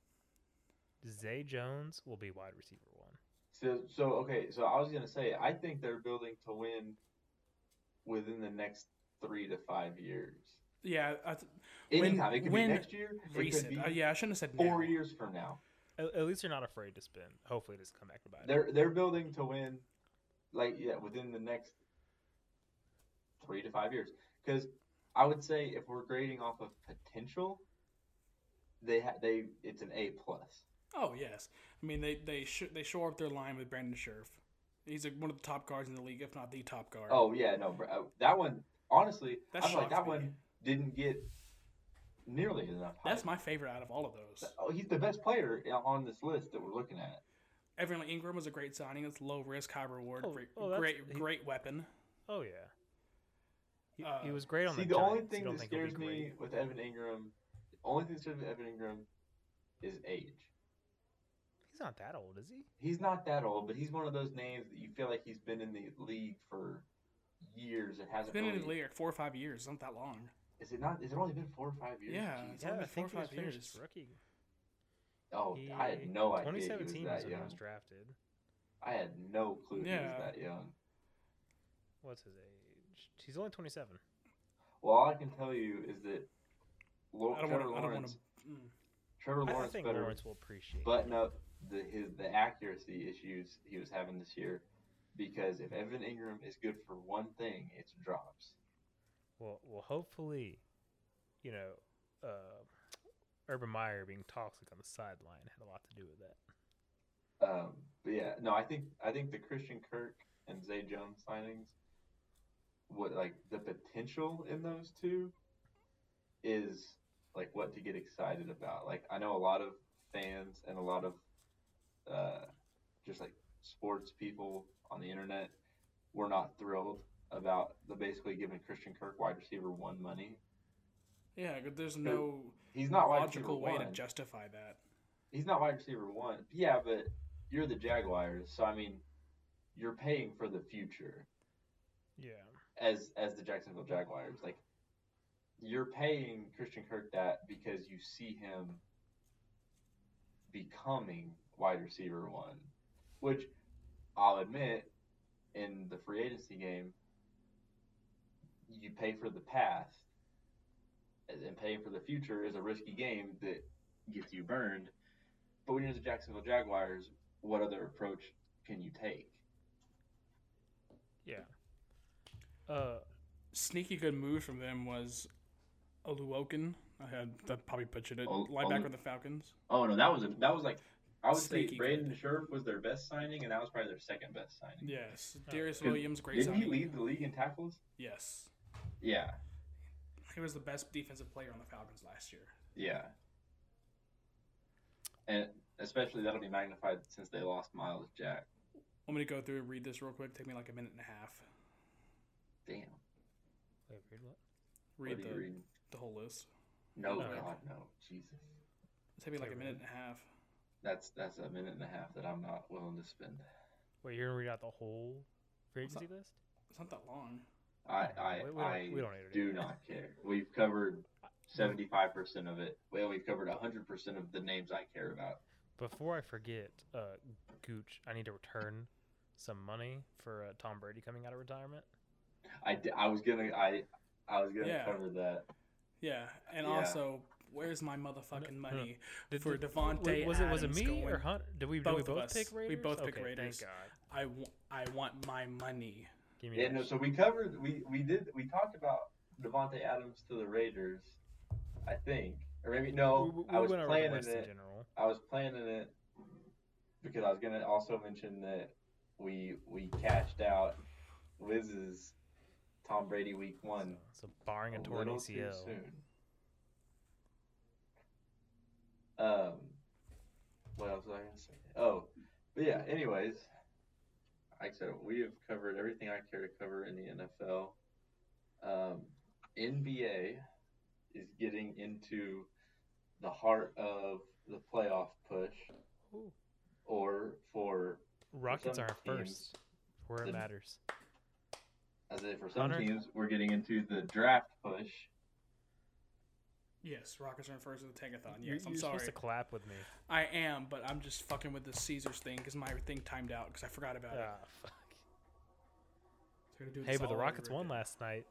Zay Jones will be wide receiver one.
So, so okay, so I was gonna say, I think they're building to win within the next three to five years.
Yeah, I th- When-
Anytime it could be
when
next year, it could
recent.
be
Uh, yeah, I shouldn't have said
four
now.
years from now.
At, at least they're not afraid to spend. Hopefully, it doesn't come back to bite.
They're they're building to win, like yeah, within the next three to five years. Because I would say if we're grading off of potential, they ha- they it's an A plus.
Oh yes, I mean they they sh- they shore up their line with Brandon Scherf. He's like one of the top guards in the league, if not the top guard.
Oh yeah, no, br- uh, that one honestly,
That
I feel like
shocks
that
me.
one didn't get nearly enough.
That's
hype.
my favorite out of all of those.
Oh, he's the best player on this list that we're looking at.
Evan Ingram was a great signing. It's low risk, high reward.
Oh,
great,
oh, that's-
great,
he-
great weapon.
Oh yeah. He, he
Uh,
was great on
See,
the,
the, only
Giants. You
thing
don't
that
think he'll be
scares me
great.
with Evan Ingram, the only thing that scares me with Evan Ingram is age.
He's not that old, is he?
He's not that old, but he's one of those names that you feel like he's been in the league for years and
It's
hasn't
been
really.
in the league like four or five years. It's not that long.
Is it not? Is it only been four or five years?
Yeah.
Jeez.
It's only been four or five
finished
years.
rookie.
Oh,
He-
I had no idea he was
2017 was
that
when he
young.
was drafted.
I had no clue he was
Yeah.
that young.
What's his age? He's only 27.
Well, all I can tell you is that Lo-
I don't
Trevor
want to. I don't want
Lawrence,
to. Mm.
Trevor
I
Lawrence
think
better
Lawrence will appreciate.
button up the his the accuracy issues he was having this year, because if Evan Ingram is good for one thing, it's drops.
Well, well, hopefully, you know, uh, Urban Meyer being toxic on the sideline had a lot to do with that.
Um, but yeah, no, I think I think the Christian Kirk and Zay Jones signings, what like the potential in those two, is like what to get excited about. Like I know a lot of fans and a lot of uh, just like sports people on the internet were not thrilled about the basically giving Christian Kirk wide receiver one money.
Yeah, but there's no
He's not wide receiver
logical way to
one.
justify that.
He's not wide receiver one. Yeah, but you're the Jaguars, so I mean, you're paying for the future
Yeah.
as as the Jacksonville Jaguars. Like, you're paying Christian Kirk that because you see him becoming wide receiver one, which I'll admit, in the free agency game, you pay for the past, and and paying for the future is a risky game that gets you burned. But when you're the Jacksonville Jaguars, what other approach can you take?
Yeah. Uh,
Sneaky good move from them was Oluokin. I had that probably butchered it.
Ol-
Linebacker
Olu-
of the Falcons.
Oh no, that was a, that was like I would say
Sneaky
Braden Scherf was their best signing, and that was probably their second best signing.
Yes,
Oh,
Darius
yeah.
Williams, great
Didn't
signing.
he lead the league in tackles?
Yes,
Yeah,
he was the best defensive player on the Falcons last year.
yeah. And especially that'll be magnified since they lost Miles Jack.
I'm gonna go through and read this real quick. Take me like a minute and a half.
Damn.
wait, read what?
What
Read
are
the,
you reading?
the whole list.
No,
No.
God, no, Jesus.
Take me like a
Okay,
minute
read.
and a half.
That's that's a minute and a half that I'm not willing to spend.
Wait, you're gonna read out the whole free
What's
agency list?
It's not that long.
I
Oh,
I
we- we don't-
I
we don't need to do
do
that.
not care. We've covered seventy five percent of it. Well, we've covered hundred percent of the names I care about.
Before I forget, uh, Gooch, I need to return some money for uh, Tom Brady coming out of retirement.
I, d- I was gonna I I was gonna
Yeah.
cover that.
Yeah, and
Yeah.
also, where's my motherfucking
No, no.
money?
Did,
For
did-
Devontae
was it was it
Adams
me
going-
or Hunt? Did we,
Both
did we
of
both
us.
take
We
Raiders?
both picked
Okay, thank
Raiders.
God.
I, w- I want my money.
Give me
Yeah,
that
no.
shit.
uh, So we covered we we did we talked about Devonte Adams to the Raiders, I think, or maybe no.
We- we-
I
we
was
went over the
planning
list in
it.
general.
I was planning it because I was gonna also mention that we we cashed out Liz's Tom Brady Week One
So, so barring a,
a
torn
little too
ACL,
soon. Um, what else was I gonna say? Oh, but yeah. Anyways, like I said, we have covered everything I care to cover in the NFL. Um, NBA is getting into the heart of the playoff push,
Ooh.
or for
Rockets
some
are
teams,
first where it
the-
matters.
as I say, for some
Hunter?
teams, we're getting into the draft push.
Yes, Rockets are in first with the Tankathon.
You're-
Yes, I'm
you're
sorry.
supposed to clap with me.
I am, but I'm just fucking with the Caesars thing because my thing timed out because I forgot about it.
Ah, fuck.
So we're gonna do
Hey,
this
but the
all over
Rockets won
again.
last night.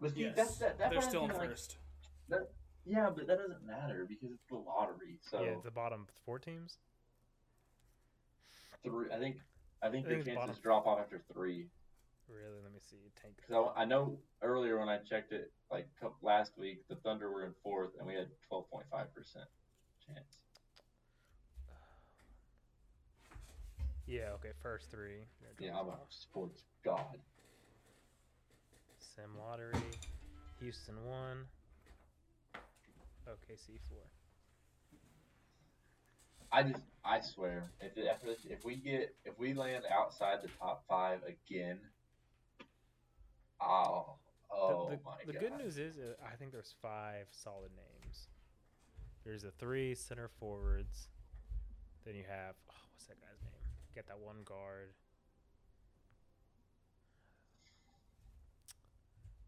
But see,
Yes,
that's that, that
they're
might
still in
be like-
first.
Yeah, but that doesn't matter because it's the lottery. So
Yeah, the bottom four teams.
three, I think I think
I
the
think it's
chances
bottom.
drop off after three.
Really, let me see. Tank.
Because I, I know earlier when I checked it, like cou- last week, the Thunder were in fourth, and we had twelve point five percent chance.
Yeah, okay, first three. There it
Yeah,
goes.
I'm a sports god.
Sim lottery. Houston one. OKC four.
I just, I swear, if it- after this, if we get, if we land outside the top five again, oh, oh
the, the,
my
the
god.
good news is, uh, I think there's five solid names. There's the three center forwards. Then you have oh, what's that guy's name? Got that one guard.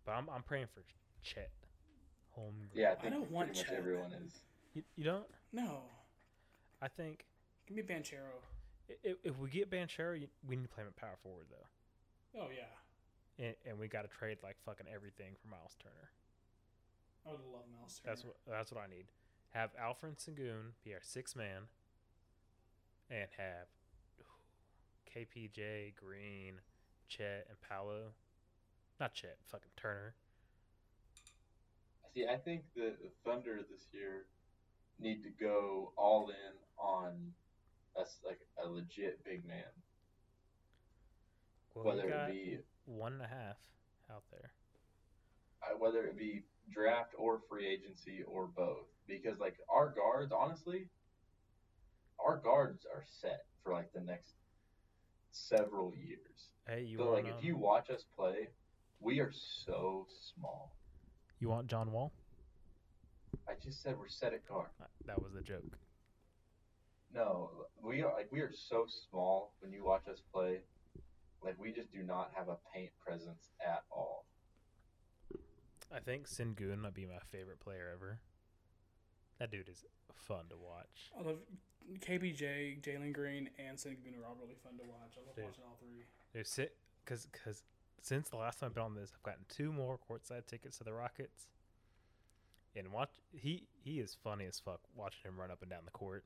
But I'm I'm praying for Chet Holmgren.
Yeah, I
I
think
don't want
pretty much
Chet.
everyone is.
you, you don't.
No,
I think
give me Banchero.
if, if we get Banchero, you- we need to play him at power forward though,
Oh yeah,
and, and we got to trade like fucking everything for Miles Turner.
I would love Miles Turner.
That's what that's what I need. Have Alfred Sengun be our six man, and have KPJ Green, Chet, and Paolo. Not Chet, fucking Turner.
See, I think the the Thunder this year need to go all in on us like a legit big man,
Well,
whether
we
it
got
be
one and a half out there.
uh, whether it be draft or free agency or both, because like our guards, honestly, our guards are set for like the next several years.
Hey, you
but
want
like if
um,
you
you...
watch us play, we are so small.
want John Wall?
I just said we're set at guard.
Uh, That was the joke.
No, we are like we are so small when you watch us play. Like we just do not have a paint presence at all.
I think Sengun might be my favorite player ever. That dude is fun to watch.
I love KBJ, Jalen Green, and Sengun are all really fun to watch. I love
Dude.
watching all three.
Dude, sit because because since the last time I've been on this, I've gotten two more courtside tickets to the Rockets. And watch he he is funny as fuck watching him run up and down the court.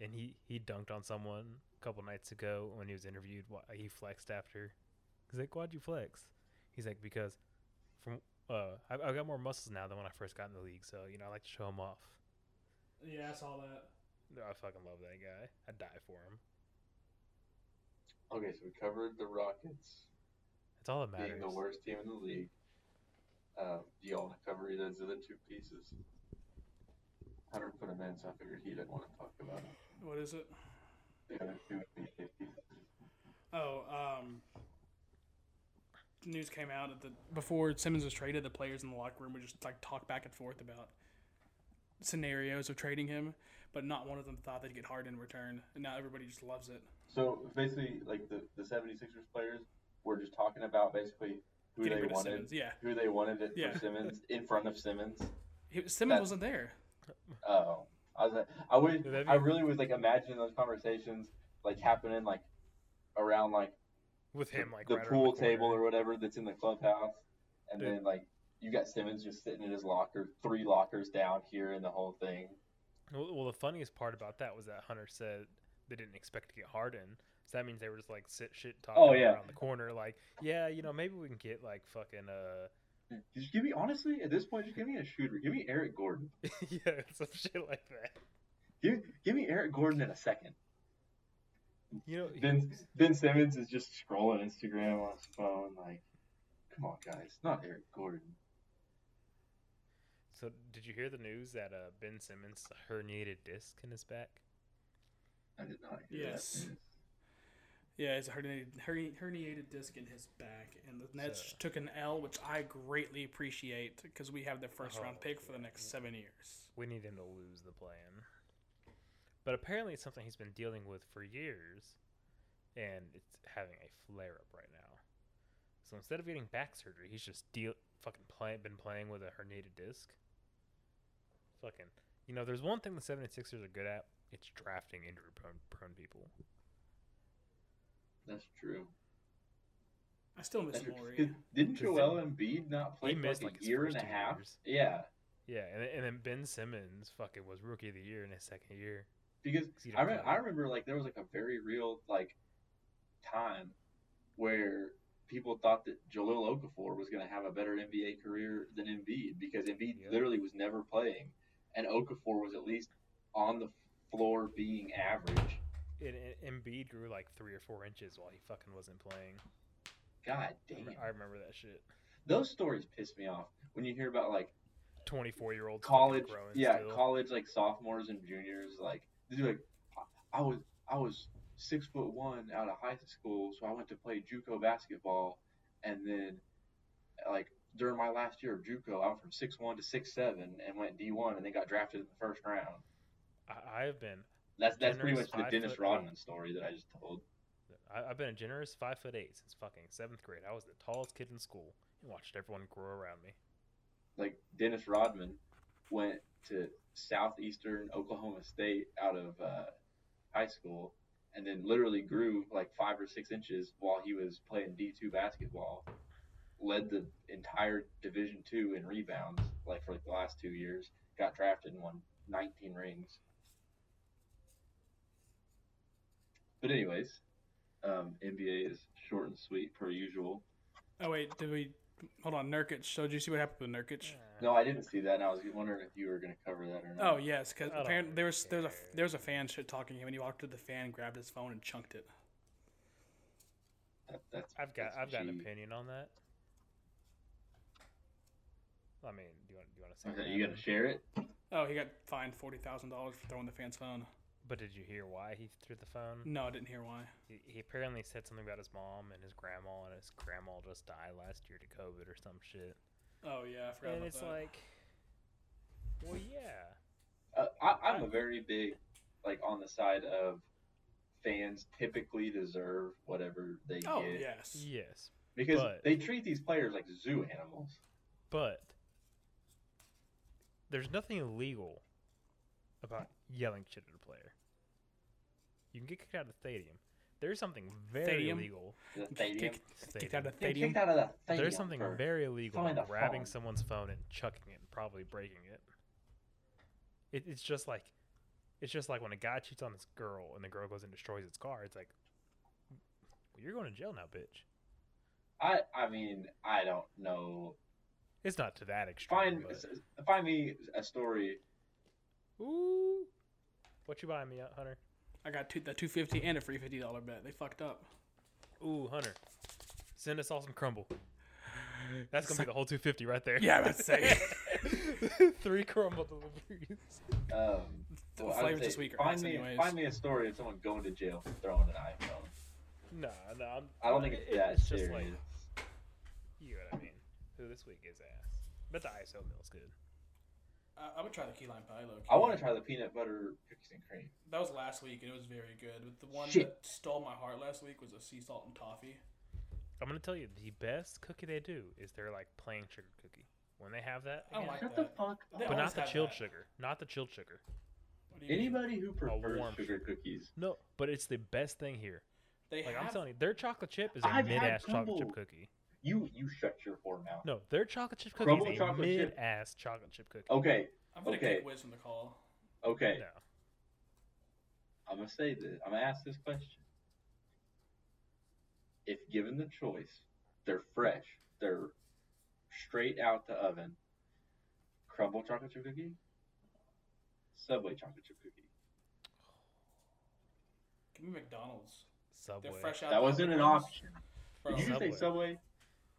And he he dunked on someone a couple nights ago when he was interviewed. Why he flexed after. He's like, "Why'd you flex?" He's like, "Because from uh, I, I've got more muscles now than when I first got in the league. So you know, I like to show them off."
Yeah, I saw that.
I fucking love that guy. I would die for him.
Okay, so we covered the Rockets
It's all that matters.
being the worst team in the league. Um, do y'all want to cover either of the other two pieces? Hunter put him in, so I figured he didn't want to talk about it.
What is it?
The other two would be Hickey.
Oh, um, news came out at the before Simmons was traded. The players in the locker room would just like talk back and forth about scenarios of trading him, but not one of them thought they'd get Harden in return, and now everybody just loves it.
So basically, like the, the 76ers players were just talking about basically who
Getting
they
rid of
wanted,
Simmons, yeah.
who they wanted it
Yeah.
for Simmons in front of Simmons.
He, Simmons
That-
wasn't there.
Oh, I was like, I wish,
Would that be-
I really was like imagining those conversations like happening like around like
with
the,
him like
the
right around
pool
corner.
table or whatever that's in the clubhouse, and
Dude.
then like you got Simmons just sitting in his locker, three lockers down here, and the whole thing.
Well, well, the funniest part about that was that Hunter said they didn't expect to get Harden. So that means they were just like sit shit talking
Oh, yeah.
around the corner, like, yeah, you know, maybe we can get like fucking uh, [LAUGHS]
Just give me honestly at this point, just give me a shooter, give me Eric Gordon,
yeah, some shit like that.
give give me Eric Gordon in a second.
You know, he-
Ben Ben Simmons is just scrolling Instagram on his phone, like, come on guys, not Eric Gordon.
so did you hear the news that uh, Ben Simmons herniated disc in his back?
I did not hear that
Yes.
news.
Yeah, it's a herniated, herni- herniated disc in his back, and the Nets
So-
took an L, which I greatly appreciate because we have the first round
Oh,
pick for the
yeah.
next seven years.
We need him to lose the plan. But apparently, it's something he's been dealing with for years, and it's having a flare up right now. So instead of getting back surgery, he's just deal fucking play- been playing with a herniated disc. Fucking, you know, there's one thing the 76ers are good at it's drafting injury prone, prone people.
That's true.
I still miss
That's true.
Laurie.
'Cause Didn't
Because
Joel Embiid not play for
missed,
like a
like, his
year and
first
a
two
half?
years.
Yeah,
Yeah, and, and then Ben Simmons fucking was rookie of the year in his second year.
because
'cause he
I,
didn't
re-
play.
I remember like there was like a very real like time where people thought that Jalil Okafor was going to have a better NBA career than Embiid because Embiid
Yeah.
literally was never playing and Okafor was at least on the floor being average
And, and Embiid grew like three or four inches while he fucking wasn't playing.
God
I
damn.
rem- I remember that shit.
Those stories piss me off when you hear about like
Twenty-four year old
college
growing
yeah
still.
college like sophomores and juniors like they're like "I- i was i was six foot one out of high school so i went to play juco basketball and then like during my last year of juco i went from six one to six seven and went d1 and then got drafted in the first round
I, I've been
that's that's pretty
Jenner's
much the
five
dennis
foot eight.
rodman story that i just told
I, I've been a generous five foot eight since fucking seventh grade. I was the tallest kid in school and watched everyone grow around me.
like dennis rodman went to southeastern oklahoma state out of uh, high school and then literally grew like five or six inches while he was playing D2 basketball. Led the entire Division Two in rebounds, like for like the last two years. Got drafted and won 19 rings. But anyways, um, NBA is short and sweet per usual.
Oh wait, did we? Hold on, Nurkic. So did you see what happened with
Eh,
Nurkic?
No, I didn't see that, and I was wondering if you were going to cover that or not.
Oh yes, because
I don't
apparently there was there was a
care.
there was a fan shit talking him, and he walked to the fan, grabbed his phone, and chunked it.
that, that's
I've got
that's
I've got an
cheap.
opinion on that. I mean, do you want do you want to say? what
Okay, you going
happened?
to share it?
Oh, he got fined forty thousand dollars for throwing the fan's phone.
But did you hear why he threw the phone?
No, I didn't hear why.
He, he apparently said something about his mom and his grandma, and his grandma just died last year to COVID or some shit.
Oh yeah, I forgot
and
about
it's
that.
like, well, yeah.
Uh, I, I'm a very big, like, on the side of fans typically deserve whatever they
oh
get
yes,
Yes,
because
but-
they treat these players like zoo animals.
but there's nothing illegal about yelling shit at a player. You can get kicked out of the stadium. There's something very
Stadium?
illegal.
The
Kick-
stadium.
kicked out
Stadium.
of the
Get
stadium.
kicked out of the stadium.
There's something
for-
very illegal
Find
about
a
grabbing
phone.
someone's phone and chucking it and probably breaking it. it. It's just like, it's just like when a guy cheats on this girl and the girl goes and destroys his car. It's like, well, you're going to jail now, bitch.
I, I mean, I don't know.
It's not to that extreme.
Find,
but-
s- find me a story.
Ooh, what you buying me, uh, Hunter?
I got two, the two fifty and a free fifty dollar bet. They fucked up.
Ooh, Hunter, send us all some crumble. That's gonna be the whole 250 right there.
Yeah, I was about to
[LAUGHS] three crumble deliveries.
Um, well, I
The
would
flavors this
say
week are
find
ass
me,
anyways.
find me a story of someone going to jail for throwing an iPhone.
No, no, I'm,
I don't think it's
it-
that
it's
serious.
just like you know what I mean. Who this week is ass, but the ISO mill's good.
I, I would try the key lime pie low.
I want to try the peanut butter cookies and cream.
That was last week, and it was very good. But the one
Shit.
that stole my heart last week was a sea salt and toffee.
I'm gonna tell you the best cookie they do is their like plain sugar cookie. When they have that,
I don't
again,
like
Shut the
that.
fuck
Oh, They
up.
but
always
not the
have
chilled
that.
sugar, not the chilled sugar.
What do you mean?
Anybody who prefers
warm
sugar cookies,
No, but it's the best thing here.
They
Like
have,
I'm telling you, their chocolate chip is a
I've had
mid-ass chocolate
crumble.
chip cookie.
you you shut your whore mouth.
No, their chocolate chip cookie
Crumble
is a
chocolate chip.
mid-ass chocolate chip cookie.
Okay,
I'm gonna
Okay.
take Wiz from the call.
okay.
No.
I'm gonna say this. I'm gonna ask this question. If given the choice, they're fresh. They're straight out the oven. Crumble chocolate chip cookie. Subway chocolate chip cookie.
Give me McDonald's.
Subway.
They're fresh out.
That
the
wasn't
oven
an
ones.
option.
Bro,
Did you just say
Subway.
Subway?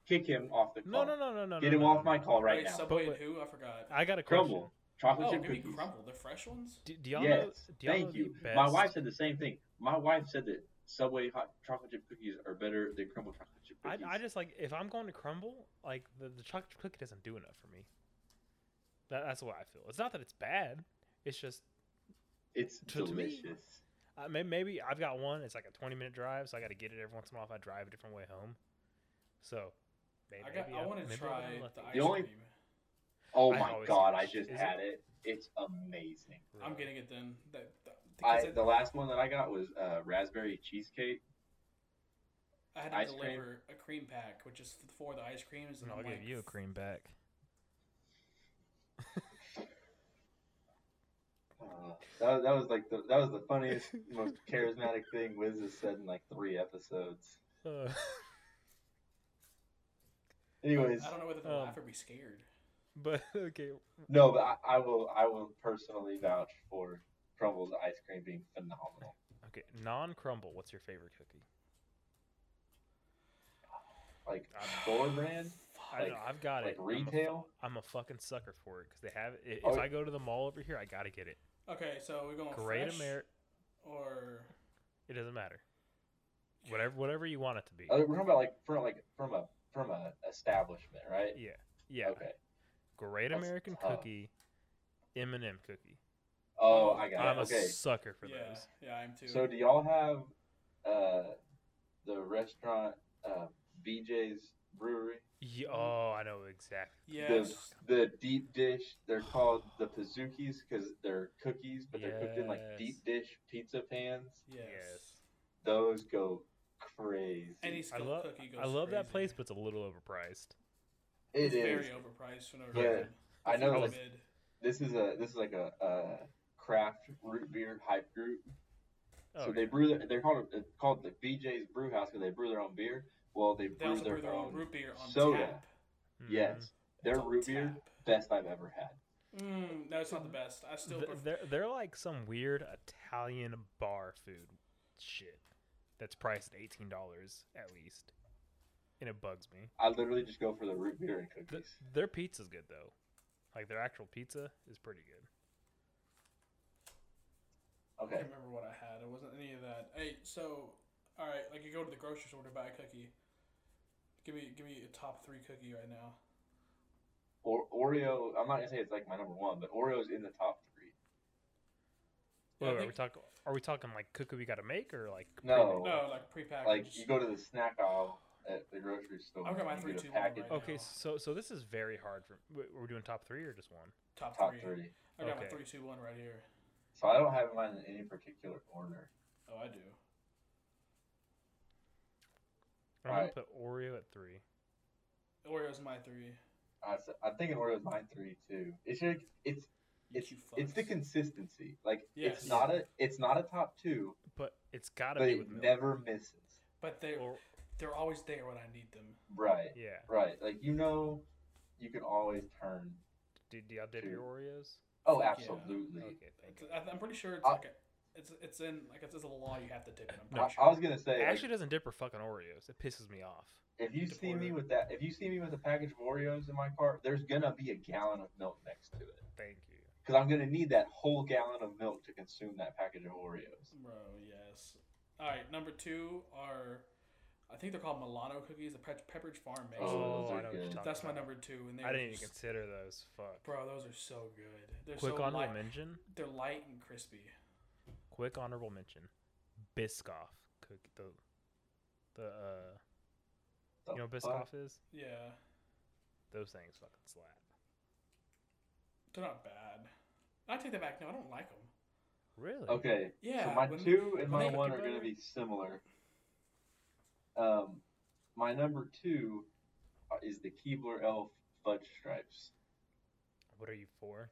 Kick him off the
No,
call.
no, no, no, no.
Get
no,
him
no,
off
no,
my
no.
call right
wait,
now.
Subway
But-
and who? I forgot.
I got a question.
Crumble chocolate
Oh,
chip
give me
cookies.
crumble. The fresh ones.
Do, do y'all
yes.
know? Do y'all know
Thank
the
you. My
best-
wife said the same thing. My wife said that Subway hot chocolate chip cookies are better than crumble chocolate chip
I,
cookies.
I just like if I'm going to crumble, like the, the chocolate chip cookie doesn't do enough for me. That, that's what I feel. It's not that it's bad. It's just
it's
to- to me-
delicious.
I may, maybe I've got one. It's like a 20 minute drive, so I got to get it every once in a while if I drive a different way home. So maybe
I got.
maybe
I
I'm-
want to
maybe I'm
try
lucky.
the ice
The only-
cream.
oh
I
my
always
god!
get
I
that
just
shit. Is
had it. It's amazing.
I'm
Really?
getting it then. That, that, because
I, the last one that I got was uh, raspberry cheesecake.
I had to
ice
deliver
cream.
a cream pack, which is for the ice creams. And
I'll
I'm
give
like,
you a cream
[LAUGHS]
back.
Uh, that, that was like the, that was the funniest,
[LAUGHS]
most charismatic thing Wiz has said in like three episodes.
Uh, [LAUGHS]
Anyways,
I don't know whether to
Um,
laugh or be scared.
but okay,
no, but I, I will I will personally vouch for Crumble's ice cream being phenomenal.
Okay, non crumble. What's your favorite cookie?
Like store brand,
I don't
Like-
know, I've got
like
it. I'm a fu-
retail.
I'm a fucking sucker for it because they have it. i- If
Oh, yeah. Oh,
I go to the mall over here, I gotta get it.
Okay, so we're going
Great
fresh
American.
or
It doesn't matter. Whatever, whatever you want it to be.
Uh, we're talking about like from like from a from a establishment, right?
yeah, yeah.
Okay.
Great
That's
American
tough.
Cookie, M and M cookie.
Oh, I got
I'm
it.
a
Okay.
sucker for
yeah,
those.
yeah, I'm too.
So do y'all have uh the restaurant uh, BJ's Brewery?
Ye-
Mm-hmm.
oh, I know exactly.
The,
yes,
the deep dish. They're called the Pazookies because they're cookies, but they're cooked in like
Yes.
deep dish pizza pans.
yes.
Yes.
Those go crazy.
Any
I
skill
love.
cookie goes
I love that
crazy.
place, but it's a little overpriced.
it
it's very
is.
overpriced. Whenever
Yeah.
it's
I know.
I
like,
was-
mid.
this is a this is like a, a craft root beer hype group.
Oh,
so they brew their, they're called it's called the BJ's Brew House because they brew their own beer. Well, they,
They
brew,
also
their
brew their own root beer on
soda.
tap.
mhm.
Yes, their
on
root beer
tap.
best I've ever had.
Mm, no, it's not the best. I still
Th-
prefer.
they're they're like some weird Italian bar food shit that's priced at eighteen dollars at least, and it bugs me.
I literally just go for the root beer and
Th-
cookies.
their pizza's good though, like their actual pizza is pretty good.
I
Okay,
can't remember what I had. It wasn't any of that. Hey, so all right, like you go to the grocery store to buy a cookie. Give me, give me a top three cookie right now.
or Oreo. I'm not gonna say it's like my number one, but Oreo's in the top three.
Wait,
Yeah, I
wait, are we
think-
talking? Are we talking like cookie we got to make or like?
No.
No, like prepackaged.
Like you go to the snack aisle at the grocery store.
I'll get my
and you get
3-2-1
a package of
right now.
Okay, so so this is very hard for. w- We're doing top three or just one?
top,
top
Oh, three.
three.
I got my
Okay.
three, two, one right here.
So I don't have mine in any particular order.
Oh, I do.
I'm gonna
Alright.
put Oreo at three.
Oreo's my three.
I, s- I'm thinking Oreo's my three too. It's like it's
You
it's
two
it's the
fucks.
consistency. Like
Yes.
it's not a it's not a top two,
But it's gotta
but
be
it
with milk.
never misses.
But they
Or-
they're always there when I need them.
Right,
yeah.
right. Like you know, you can always turn.
Did y'all dip your
Two.
Oreos?
Oh,
Yeah.
absolutely.
Okay, thank
It's,
you.
I, I'm pretty sure it's
I-
like a, it's it's in like it's, it's a law you have to dip it. I'm
I,
pretty sure.
I was gonna say, like,
Ashley doesn't dip her fucking Oreos. It pisses me off.
if you
to
see me
order.
with that, if you see me with a package of Oreos in my cart, there's gonna be a gallon of milk next to it
Thank you.
because I'm gonna need that whole gallon of milk to consume that package of Oreos.
Bro, yes. All right, number two are, I think they're called Milano cookies. The Pe- Pepperidge Farm makes
Oh,
them.
those
I
are
know what you're
good.
talking
That's my
about.
number two, and they
I
are
didn't even
just-
consider those. Fuck.
Bro, those are so good. They're
Quick
so
honorable
light.
mention.
They're light and crispy.
Quick honorable mention. Biscoff. Cook the the uh
The
you know what Biscoff
fuck?
is?
Yeah,
Those things fucking slap.
they're not bad. I take that back. No, I don't like them.
Really?
Okay,
Yeah.
so my
when-
two and
when
my
they-
one are
when
gonna
they-
be similar. Um, my number two uh, is the Keebler Elf Fudge Stripes.
What are you for?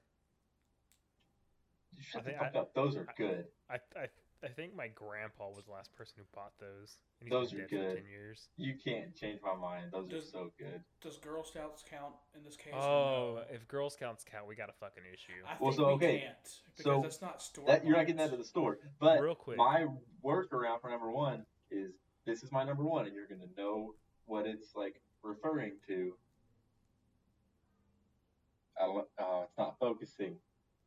Shut
I
the
think
fuck
I-
up. Those are
I-
good.
I I I think my grandpa was the last person who bought those. And he's
Those
been
are
dead for
good.
Ten years.
You can't change my mind. Those are
Just-
so good.
Does Girl Scouts count in this case? or
Oh,
no?
if Girl Scouts count, we got a fucking issue.
I think
Well, so,
we
okay,
can't because
so
that's not store.
That you're not getting that at the store. But
Real quick.
my workaround for number one is this is my number one, and you're gonna know what it's like referring to. I don't, uh, it's not focusing.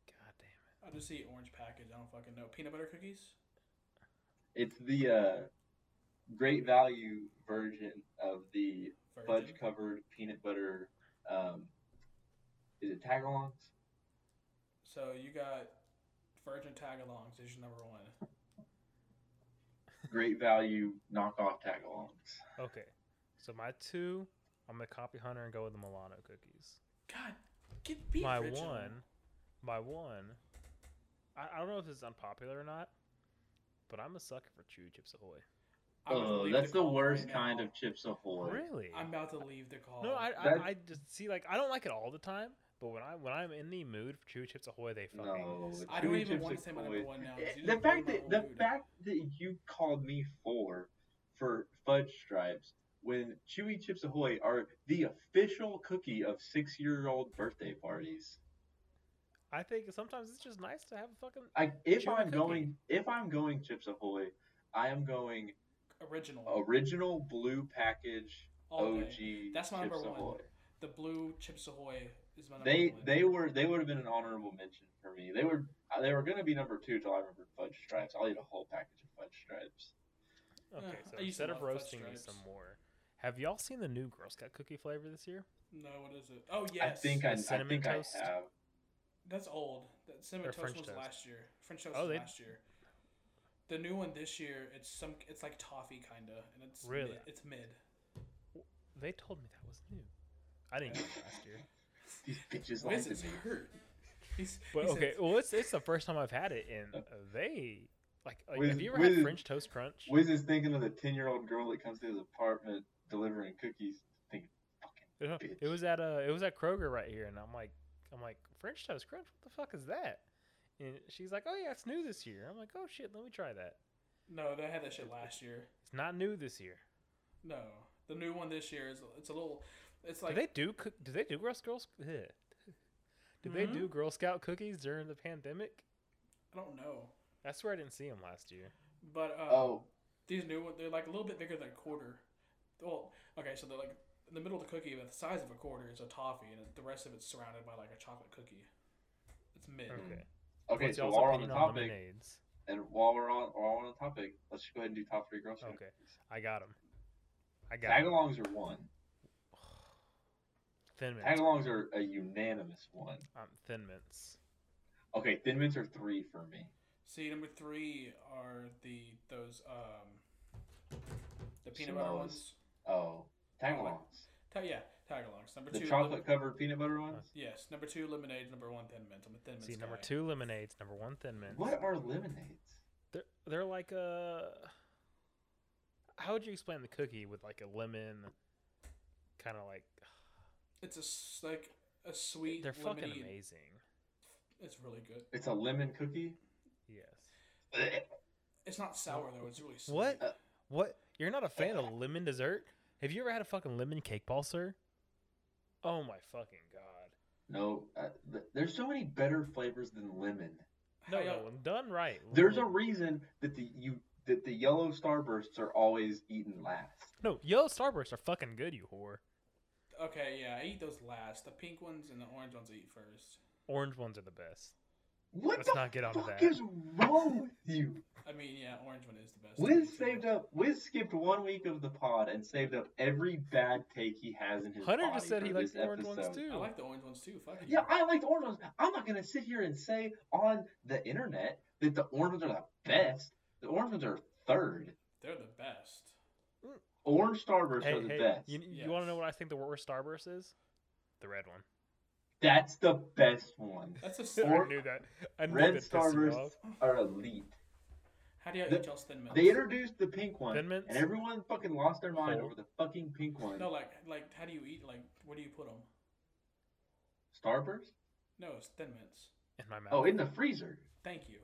God damn it.
I just see orange package. I don't fucking know. Peanut butter cookies.
It's the uh, great value version of the fudge
Virgin.
covered peanut butter. Um, is it tagalongs?
So you got Virgin Tagalongs is your number one.
Great value knockoff tagalongs.
Okay. So my two, I'm gonna copy Hunter and go with the Milano cookies.
God, get be
my
original.
one, my one. I, I don't know if this is unpopular or not, but I'm a sucker for Chew Chips Ahoy.
I'm about to
Oh,
leave
that's the
call
worst
right
kind
now.
of chips ahoy.
Really?
I'm about to leave the call.
no, I, I
That-
I just see like I don't like it all the time, but when I when I'm in the mood for Chew Chips Ahoy, they fucking.
No,
slap.
I don't
Chewy
even
chips
want
are
to say my
always-
number one now. 'cause you
The
just blew
fact
my
that
whole
the
mood.
fact that you called me four for fudge stripes when Chewy Chips Ahoy are the official cookie of six-year-old birthday parties.
I think sometimes it's just nice to have a fucking
I, if
Sure,
I'm
cookie.
going, if I'm going Chips Ahoy, I am going
Original.
Oh, original blue package
Oh. All
OG.
day. That's my
Chips
number one.
Ahoy.
The blue Chips Ahoy is my number
They
one.
they were they would have been an honorable mention for me. They were uh, they were gonna be number two till I remembered fudge stripes. I'll eat a whole package of fudge stripes.
okay.
Yeah,
so
I used to
instead of
love Fudge
roasting me
Stripes.
some more, have y'all seen the new Girl Scout cookie flavor this year?
No, what is it? Oh yes,
I think I, I
cinnamon
think
toast.
I have.
that's old. That cinnamon
Or
toast
French
was
toast.
last year. French toast
Oh,
was
they-
last year. The new one this year, it's some, it's like toffee kinda, and it's
Really?
mid, it's mid.
They told me that was new. I didn't get it last year.
These bitches like
Wiz
to
is
be-
hurt. [LAUGHS] He's,
But
he said-
okay, oh. well it's it's the first time I've had it, and they like, like
Uh, With-
have you ever
with-
had French toast crunch?
Wiz is thinking of the ten year old girl that comes to his apartment delivering cookies. Thinking, fucking
Yeah,
bitch.
It was at uh, it was at Kroger right here, and I'm like, I'm like French toast crunch. What the fuck is that? And she's like, Oh yeah, it's new this year. I'm like, Oh shit, let me try that.
no, they had that shit last year.
It's not new this year.
No, the new one this year is it's a little, it's
Do
like
they do cook? Do they do Girl Scouts? [LAUGHS] Did they
Mm-hmm.
do Girl Scout cookies during the pandemic?
I don't know,
I swear I didn't see them last year.
but uh,
oh,
these new ones they're like a little bit bigger than a quarter. Well, okay, so they're like in the middle of the cookie, but the size of a quarter is a toffee, and the rest of it's surrounded by like a chocolate cookie. It's mid.
Okay.
Mm-hmm. okay.
What's
So
y'all's
while we're on the
opinion
topic,
lemonades?
and while we're on while we're on the topic, let's just go ahead and do top three girls.
Okay. I got them. I got 'em.
Tagalongs are one.
[SIGHS] thin mints.
Tagalongs are a unanimous one.
Um, thin mints.
Okay, Thin Mints are three for me.
See, number three are the those um the peanut butter
Samoas.
ones.
Oh, Tagalongs.
Ta- yeah, tagalongs. Number
The
two,
chocolate
lim-
covered peanut butter ones?
yes, number two lemonade. Number one thin mint. I'm a thin mint.
See, number two lemonades, number one thin mints.
What are lemonades?
They're they're like a. How would you explain the cookie with like a lemon? Kind of like
It's a s- like a sweet.
they're fucking
lemony-
amazing.
It's really good.
It's a lemon cookie?
Yes.
Blech.
It's not sour though. It's really sweet.
What?
Uh,
What? You're not a fan of lemon dessert? Have you ever had a fucking lemon cake ball, sir? Oh my fucking god!
No, uh, th- there's so many better flavors than lemon.
How
No,
y'all-
no, I'm done right.
There's a
lemon.
reason that the you that the yellow starbursts are always eaten last.
no yellow starbursts are fucking good, you whore.
Okay, yeah, I eat those last. The pink ones and the orange ones I eat first.
Orange ones are the best.
What
Let's
the
not get onto
fuck
that.
is wrong with you?
I mean, yeah, orange one is the best.
Wiz saved up. Wiz skipped one week of the pod and saved up every bad take he has in his
Hunter
body
just said
for
he likes
this
the orange
episode.
ones too.
I like the orange ones too. Fuck you.
Yeah, I like the orange ones. I'm not gonna sit here and say on the internet that the orange ones are the best. The orange ones are third.
They're the best.
[LAUGHS] Orange starbursts
hey,
are the
hey,
best.
you, you want to know
Yes.
what I think the worst starburst is? The red one. [LAUGHS]
That's the best one.
That's
I
a
Or-
knew that. I knew
Red
that pissed you
starbursts
off.
are elite.
How do y'all
The-
eat y'all's thin mints?
They introduced the pink one,
Thin Mints?
and everyone fucking lost their mind
Whole.
over the fucking pink one.
No, like, like, how do you eat? Like, where do you put them?
Starburst?
No, it's thin mints.
in my mouth.
Oh, in the freezer.
Thank you.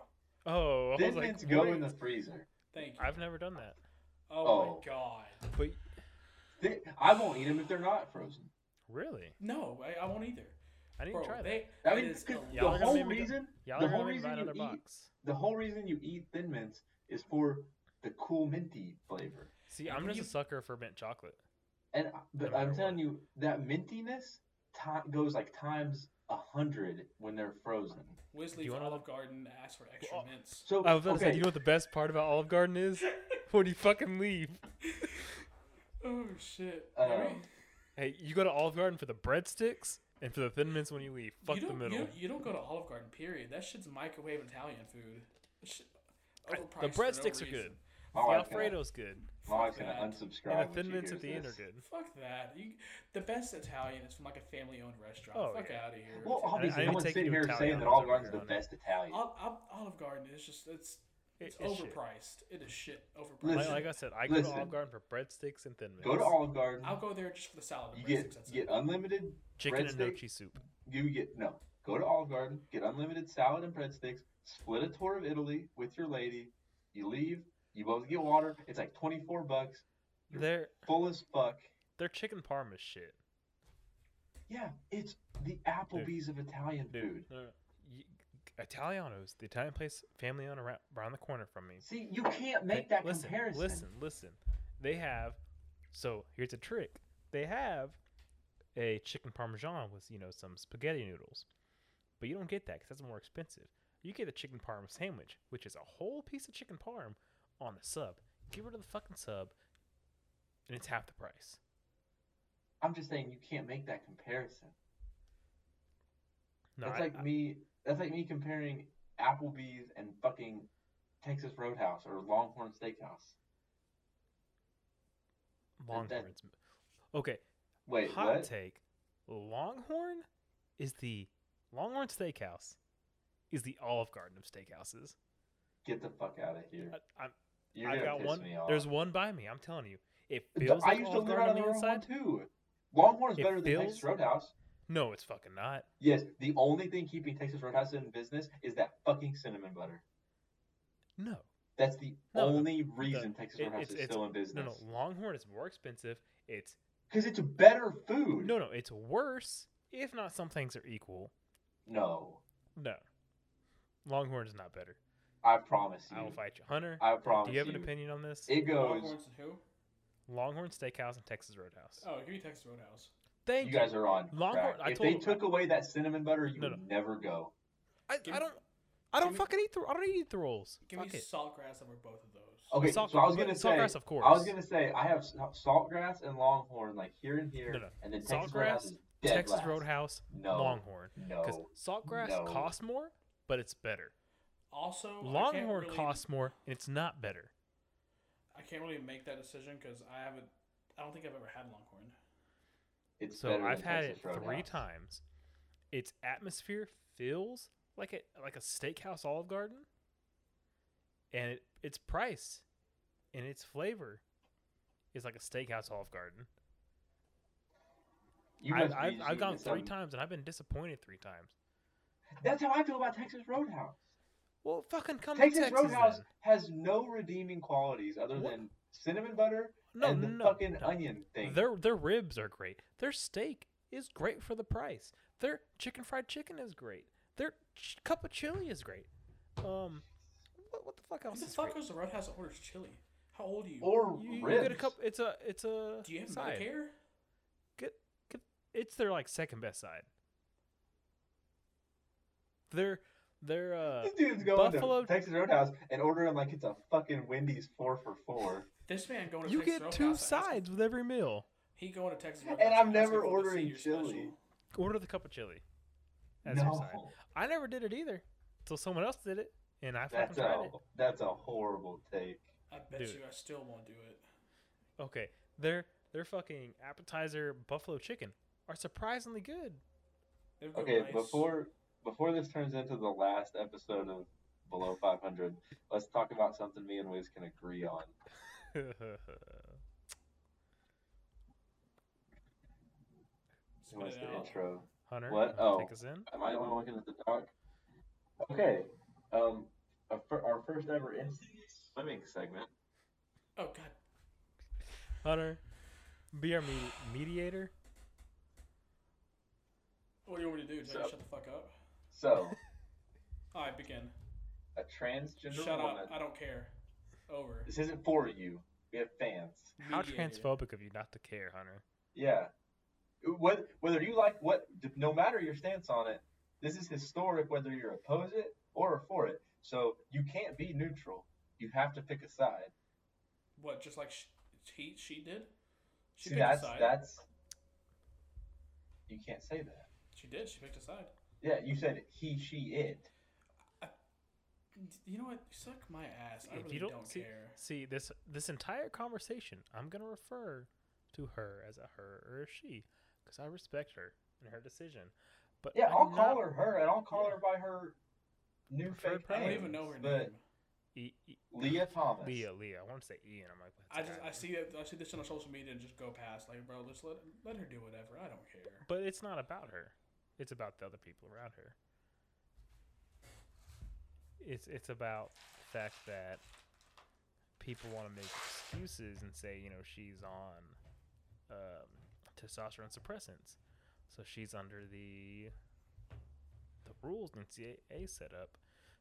Oh, I
Thin
was like,
Mints go
what?
in the freezer.
Thank you.
I've never done that.
oh,
Oh.
my god.
But
Thi- I won't eat them if they're not frozen.
really,
No, I, I won't either.
I didn't
Bro,
try that.
they,
I
it
mean,
is uh,
'cause
elite.
Y'all are
the
gonna
whole
make me go-
reason,
Y'all
the
are
whole
gonna
reason
invite
you
another
eat-
box.
the whole reason you eat Thin Mints is for the cool minty flavor.
See,
And
I'm
when
just a
you-
sucker for mint chocolate.
And I- but
No
I'm
matter
telling
what.
you, that mintiness ti goes like times a hundred when they're frozen.
Wiz
Do you
leaves
wanna-
Olive Garden to ask for extra
Well,
mints.
So
I was about to say,
okay,
you know what the best part about Olive Garden
[LAUGHS]
is? when you fucking leave.
Oh shit.
Um,
Alright.
Hey, you go to Olive Garden for the breadsticks and for the thin mints when you leave. Fuck
you
the
don't,
middle.
You, don't- you don't go to Olive Garden, period. That shit's microwave Italian food. That shit- overpriced
the
for no
breadsticks are good.
reason.
my
the
wife's gonna,
Alfredo's good.
my
Fuck
wife's gonna
that.
unsubscribe.
and the thin
when
mints
she
at the
hears
end
this.
are good.
Fuck that. You, the best Italian is from like a family owned restaurant.
Oh,
Fuck
yeah.
out of here.
Well,
I
obviously,
didn't
no one's
take
sitting
you
here
to
saying
Italian,
that
I was
Olive
over
Garden's the
here on it.
best Italian.
Ol- Ol- Olive Garden is just it's it's
It- it's shit.
overpriced. It is shit overpriced.
Like-
Listen,
like uh, I said, I go
listen.
to Olive Garden for breadsticks and thin mints.
Go to Olive Garden.
I'll go there just for the salad. and
You
breadsticks,
get
that's
get
it.
unlimited.
chicken and no
breadsticks.
cheese soup.
You get no. Go to Olive Garden. Get unlimited salad and breadsticks. Split a tour of Italy with your lady. You leave. You both get water. It's like twenty four bucks. You're
Their
Full as fuck.
their chicken parm is shit.
Yeah, it's the Applebee's of Italian
Dude,
food.
no, no, you, Italiano's, the Italian place family owned around, around the corner from me.
See, you can't make
Hey,
that
listen,
comparison.
Listen, listen. They have so here's a trick. They have a chicken parmesan with you know some spaghetti noodles, but you don't get that because that's more expensive. You get a chicken parm sandwich, which is a whole piece of chicken parm on a sub. Get rid of the fucking sub, and it's half the price.
I'm just saying you can't make that comparison.
No,
that's
I,
like me. That's like me comparing Applebee's and fucking Texas Roadhouse or Longhorn Steakhouse.
Longhorns. Okay,
Wait,
hot
what?
take. Longhorn is the Longhorn Steakhouse is the Olive Garden of steakhouses.
Get the fuck out of here!
I, I'm,
You're
I've
gonna
got
piss
one.
me off.
There's one by me. I'm telling you, it
Th-
feels
I
like
used to
Olive
live
Garden
out
on
of
the
Longhorn
inside.
too. Longhorn is
It
better than Texas
feels-
Roadhouse.
No, it's fucking not.
Yes, the only thing keeping Texas Roadhouse in business is that fucking cinnamon butter.
No,
That's the
No, the-
only
the-
reason Texas
it-
Roadhouse
it's-
is
it's-
still in
no,
business.
no. Longhorn is more expensive. It's
Because it's better food.
no, no. It's worse. If not, some things are equal.
No,
No, Longhorn is not better.
I promise you.
I will fight you, Hunter.
I promise
Do you have an
you.
opinion on this?
It goes.
Longhorns and who?
Longhorn Steakhouse and Texas Roadhouse.
Oh, give me Texas Roadhouse.
Thank
You guys are on.
Longhorn-
crack.
I
if
told
they
him-
took away that cinnamon butter, you
No,
would
no.
never go.
I,
Give
I
me-
don't. I don't
give me-
fucking eat. Th- I don't eat rolls.
Give
Fuck
me
it.
saltgrass over both of those.
Okay,
Salt-
so I was
but
gonna say.
saltgrass, of course.
I was gonna say I have sa- saltgrass and longhorn like here and here,
No, no.
and then Texas Roadhouse
Saltgrass,
is dead
Texas
last.
Roadhouse,
No.
Longhorn. Because
No.
saltgrass
No.
costs more, but it's better.
Also,
Oh,
I can't
Longhorn
really-
costs more, and it's not better.
I can't really make that decision because I haven't. I don't think I've ever had Longhorn.
It's
So
better
I've
than
had
Texas
it three
Roadhouse.
times. Its atmosphere feels like a like a steakhouse Olive Garden, and it, its price and its flavor is like a steakhouse Olive Garden.
You
I,
must be
I've,
just
I've
eating
gone
this
three
up.
times, and I've been disappointed three times.
That's how I feel about Texas Roadhouse.
Well, fucking come
Texas,
to Texas
Roadhouse
then.
has no redeeming qualities other
What?
than cinnamon butter
No,
and the
no,
fucking
no.
onion thing.
Their their ribs are great. Their steak is great for the price. Their chicken fried chicken is great. Their ch- cup of chili is great. Um, what, what the fuck
What
else
the
is
fuck
great?
goes to Roadhouse and orders chili? How old are you?
Or
You, you
Oh, ribs.
get a cup. It's a it's a.
Do you have
side.
Medicare?
Get, get, it's their like second best side. Their their uh
This dude's going
Buffalo-
to Texas Roadhouse and ordering like it's a fucking Wendy's four for four.
This man going to
you
Texas
get two
Roadhouse, asking-
sides with every meal.
He going to Texas
And
Roadhouse
I'm
asking
never
for the
ordering
senior
chili.
special.
Order the cup of chili. As your side.
No,
I never did it either, till someone else did it, and [LAUGHS] I fucking
that's
tried
a
it.
that's a horrible take.
I bet
Dude.
you I still won't do it.
Okay, their their fucking appetizer buffalo chicken are surprisingly
[LAUGHS]
good.
They've got
Okay,
rice.
before before this turns into the last episode of Below 500, let's talk about something me and Wiz can agree on. Who
Spit
wants
it
the
out.
intro?
Hunter,
What?
you wanna
Oh.
take us in.
Am I the one looking at the dock? Okay, um, our fir- our first ever in swimming segment.
Oh god,
Hunter, be our medi- mediator.
what do you want me to do? Tell you
So-
to shut the fuck up.
So,
All right, begin.
a transgender
shut
woman.
up. I don't care. Over.
This isn't for you. We have fans.
How
Mediator.
transphobic of you not to care, Hunter.
Yeah. What, whether you like what, no matter your stance on it, this is historic whether you're opposed it or for it. So you can't be neutral. You have to pick a side.
What? Just like she, he, she did. She
See,
picked
that's
a side.
that's. You can't say that.
She did. She picked a side.
Yeah, you said he, she, it.
You know what? Suck my ass. I
If
really
you
don't,
don't, see,
care.
see this this entire conversation, I'm gonna refer to her as a her or a she, because I respect her and her decision. But
Yeah,
I
I'll
do
call
not-
her her, and I'll call
Yeah.
her by her new
Preferred
fake
I
name.
pronouns.
don't even know her
but
name.
E- E-
Leah Thomas.
Leah, Leah. I want to say Ian. I'm like,
I
that's
just
a guy
I
name.
see it, I see this shit on social media and just go past like bro, just let let her do whatever. I don't care.
But it's not about her. It's about the other people around her. It's it's about the fact that people want to make excuses and say, you know, she's on um, testosterone suppressants, so she's under the the rules NCAA set up,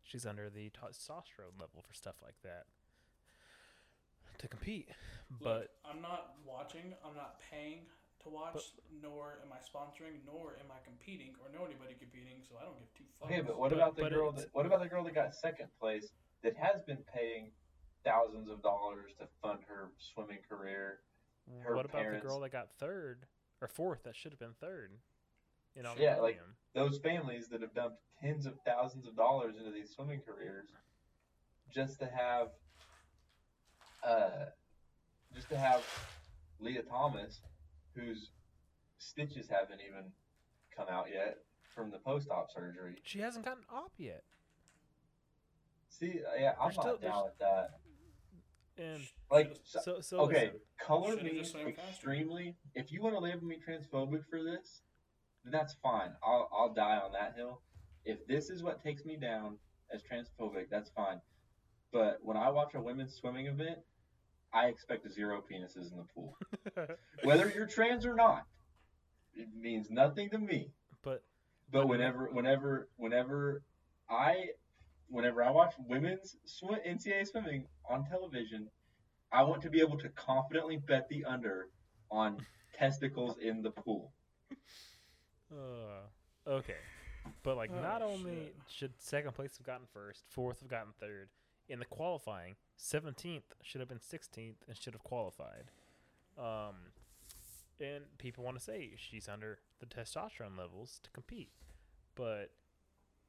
she's under the testosterone level for stuff like that to compete. But
Look, I'm not watching. I'm not paying to watch. nor am I sponsoring. Nor am I competing. Or know anybody competing. So I don't give two fucks.
Okay, but what
But-
about the
but
girl
it's-
that what about the girl that got second place that has been paying thousands of dollars to fund her swimming career? her
what about the
parents-
girl that got third or fourth that should have been third? You know,
Yeah, like- Those families that have dumped tens of thousands of dollars into these swimming careers just to have uh just to have Leah Thomas, whose stitches haven't even come out yet from the post op surgery.
she hasn't gotten op yet,
See, yeah, I'm
There's still-
not down
there's-
with that.
and
Like, so-
so so
Okay,
listen,
color
Should've
me
just swam faster.
extremely. If you want to label me transphobic for this, then that's fine. I'll I'll die on that hill. If this is what takes me down as transphobic, that's fine. But when I watch a women's swimming event, I expect zero penises in the pool. Whether you're trans or not, it means nothing to me.
[LAUGHS] but
But whenever, whenever, whenever I, whenever I watch women's sw- NCAA swimming on television, I want to be able to confidently bet the under on testicles in the pool.
uh, okay, but like
Oh,
not only
shit.
should second place have gotten first, fourth have gotten third in the qualifying, seventeenth should have been sixteenth and should have qualified. Um, and people want to say she's under the testosterone levels to compete, but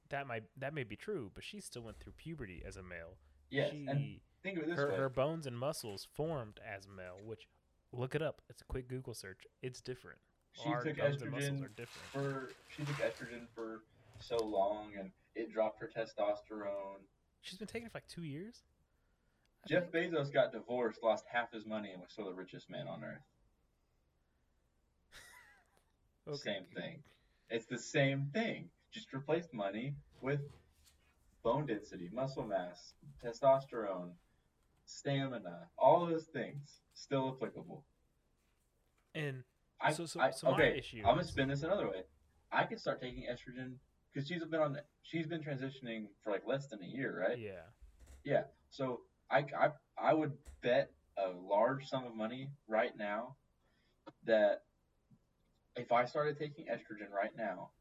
that might that may be true, but she still went through puberty as a male.
Yes,
she,
and think of it this
her,
way:
her bones and muscles formed as male, which look it up. It's a quick Google search. It's different.
she
our
took
bones and muscles
estrogen
are different.
for she took estrogen for so long, and it dropped her testosterone.
She's been taking it for like two years. I
Jeff
think.
Bezos got divorced, lost half his money, and was still the richest man on earth. Same thing. It's the same thing. Just replace money with bone density, muscle mass, testosterone, stamina, all those things still applicable.
And
I,
So- so-
I-
so my
okay,
issue
I'm gonna
is-
spin this another way. I could start taking estrogen because she's been on she's been transitioning for like less than a year, right?
yeah,
So I, I, I would bet a large sum of money right now that if I started taking estrogen right now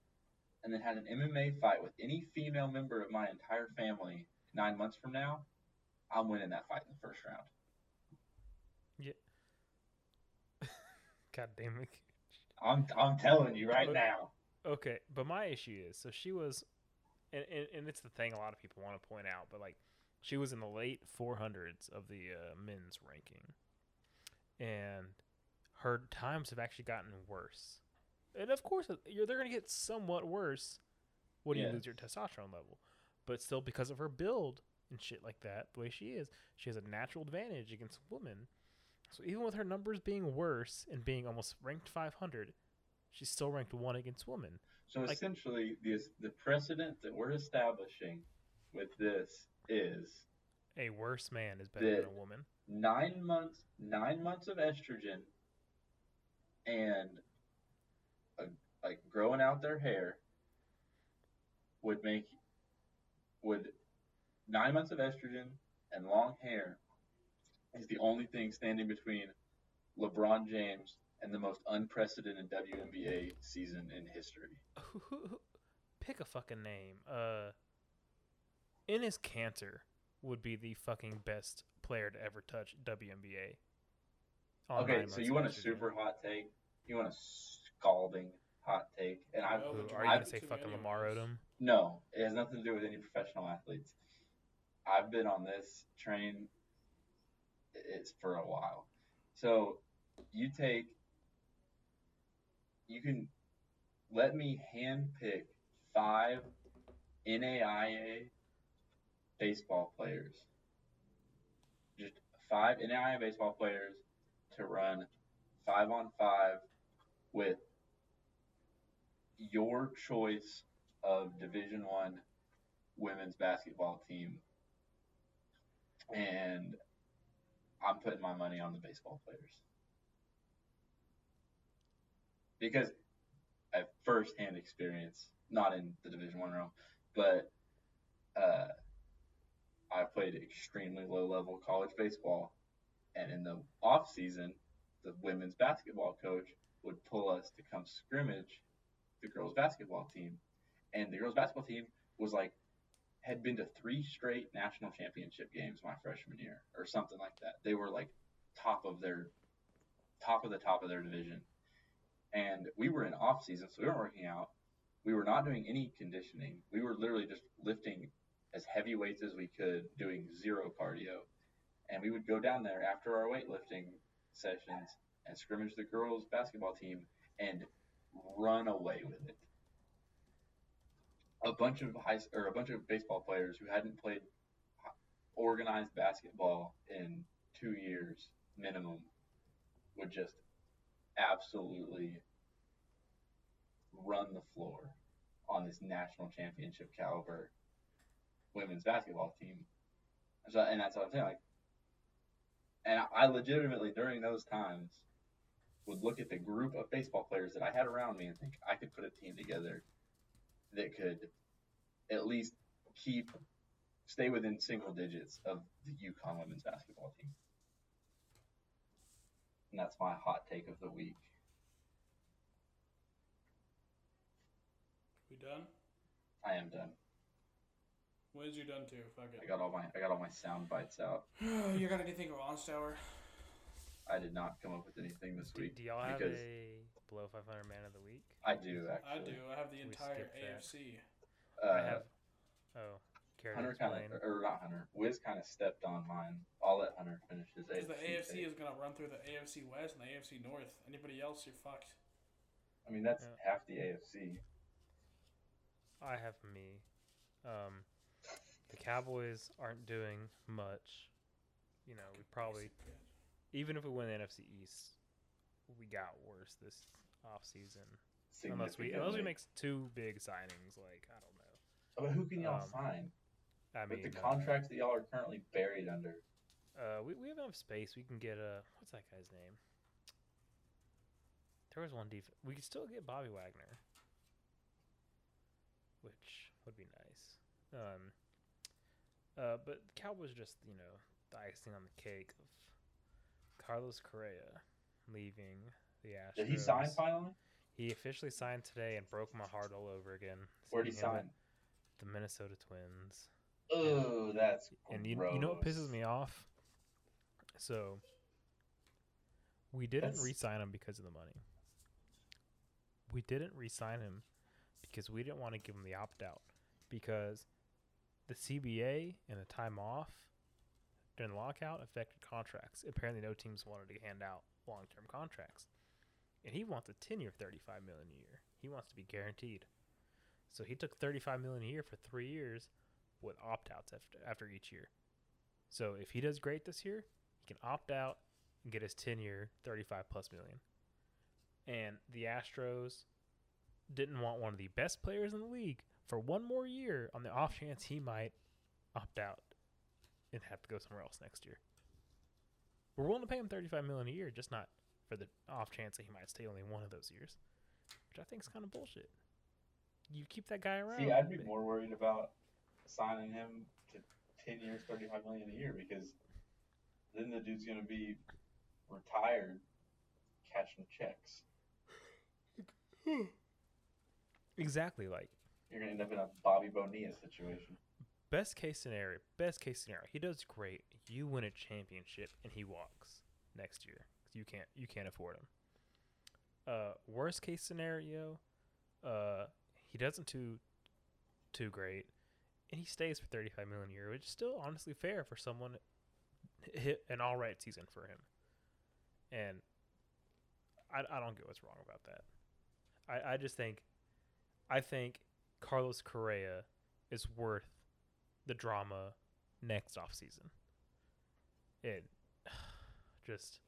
and then had an MMA fight with any female member of my entire family nine months from now, I'm winning that fight in the first round.
god damn it.
I'm, I'm telling you right
But-
now.
Okay, but my issue is so she was, and, and, and it's the thing a lot of people want to point out, but like she was in the late 400s of the uh, men's ranking, and her times have actually gotten worse. And of course, it- you're, they're going to get somewhat worse when you lose your testosterone level, but still because of her build and shit like that, the way she is, she has a natural advantage against women. So even with her numbers being worse and being almost ranked 500, she's still ranked one against women.
So
like-
essentially, the, the precedent that we're establishing with this is
a worse man is better than
The-
a woman.
nine months nine months of estrogen and uh like growing out their hair would make would nine months of estrogen and long hair is the only thing standing between LeBron James and the most unprecedented WNBA season in history.
Who- who- who- [LAUGHS] Pick a fucking name. Uh, Ennis Cantor would be the fucking best player to ever touch WNBA. on
Okay,
Oh, nine
so
months
you
of
want a
estrogen.
super hot take? You want a scalding hot take? And I
No.
Who,
Well,
are you gonna
I've-
say fucking
Pennsylvania
Lamar
was-
Odom?
No, it has nothing to do with any professional athletes. I've been on this train it's for a while. So you take you can let me handpick five NAIA baseball players. Just five NAIA baseball players to run five on five with your choice of Division One women's basketball team, and I'm putting my money on the baseball players because I have firsthand experience not in the Division One realm, but uh, I played extremely low level college baseball, and in the off season, the women's basketball coach would pull us to come scrimmage the girls basketball team, and the girls basketball team was like had been to three straight national championship games my freshman year or something like that. They were like top of their top of the top of their division. And we were in off season, so we weren't working out. We were not doing any conditioning. We were literally just lifting as heavy weights as we could, doing zero cardio. And we would go down there after our weightlifting sessions and scrimmage the girls basketball team and run away with it a bunch of high or a bunch of baseball players who hadn't played organized basketball in two years minimum would just absolutely run the floor on this national championship caliber women's basketball team. And So, and that's what I'm saying. Like, and I legitimately during those times would look at the group of baseball players that I had around me and think I could put a team together that could at least keep stay within single digits of the Yukon women's basketball team. And that's my hot take of the week.
We done?
I am done.
What is you done too? Fuck
I
[SIGHS] it.
got all my I got all my sound bites out.
you got anything on Stower?
I did not come up with anything this
Do,
week
do y'all have
because
a below 500 man of the week?
I do
I
actually.
do. I have
We
the entire
skipped that.
AFC.
Uh,
I have. Oh, care to
Hunter kind
explain?
of or not Hunter. Wiz kind of stepped on mine. I'll let Hunter finish his
Because the
AFC.
AFC is gonna run through the AFC West and the AFC North. Anybody else, you're fucked.
I mean that's
Yeah.
half the AFC.
I have me. Um, the Cowboys aren't doing much. You know, we probably even if we win the NFC East, we got worse this offseason. Unless we unless we
significantly.
make s- two big signings, like I don't know.
But who can y'all
um,
sign?
I
With
mean,
the
uh,
contracts that y'all are currently buried under,
Uh, we, we have enough space. We can get a what's that guy's name? There was one def. We could still get Bobby Wagner, which would be nice. Um, uh, but the Cowboys are just you know the icing on the cake of Carlos Correa leaving the Astros.
did he sign finally?
He officially signed today and broke my heart all over again.
Where'd he
seeing him at
sign?
The Minnesota Twins.
Oh, that's
And you, you know what pisses
gross.
me off? So we didn't
That's-
re-sign him because of the money. We didn't re-sign him because we didn't want to give him the opt out because the CBA and the time off during the lockout affected contracts. Apparently, no teams wanted to hand out long-term contracts, and he wants a ten-year, thirty-five million a year. He wants to be guaranteed. So he took thirty-five million a year for three years, with opt-outs after after each year. So if he does great this year, he can opt out and get his 10 year 35 plus million. And the Astros didn't want one of the best players in the league for one more year on the off chance he might opt out and have to go somewhere else next year. We're willing to pay him 35 million a year, just not for the off chance that he might stay only one of those years, which I think is kind of bullshit. You keep that guy around.
See, I'd be more worried about signing him to ten years, thirty-five million a year, because then the dude's gonna be retired, cashing checks.
exactly like
You're gonna end up in a Bobby Bonilla situation.
best case scenario, best case scenario, he does great. You win a championship and he walks next year. 'cause You can't you can't afford him. Uh, worst case scenario, uh, he doesn't do too great, and he stays for thirty five million a year, which is still honestly fair for someone hit an all right season for him. And I, I don't get what's wrong about that. I, I just think I think Carlos Correa is worth the drama next off season. It [SIGHS] just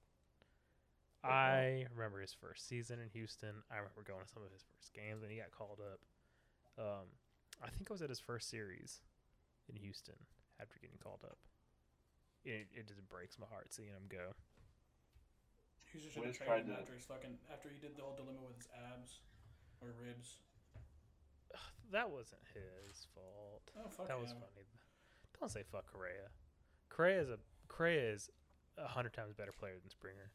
Okay.
I remember his first season in Houston. I remember going to some of his first games and he got called up. Um, I think I was at his first series in Houston after getting called up. It, it just breaks my heart seeing him go.
He just should have
Wiz
traded
tried
him
to-
after his fucking after he did the whole dilemma with his abs or ribs.
that wasn't his fault.
Oh, fuck
that was
him.
funny. Don't say fuck Correa. Correa is a Correa is a hundred times better player than Springer.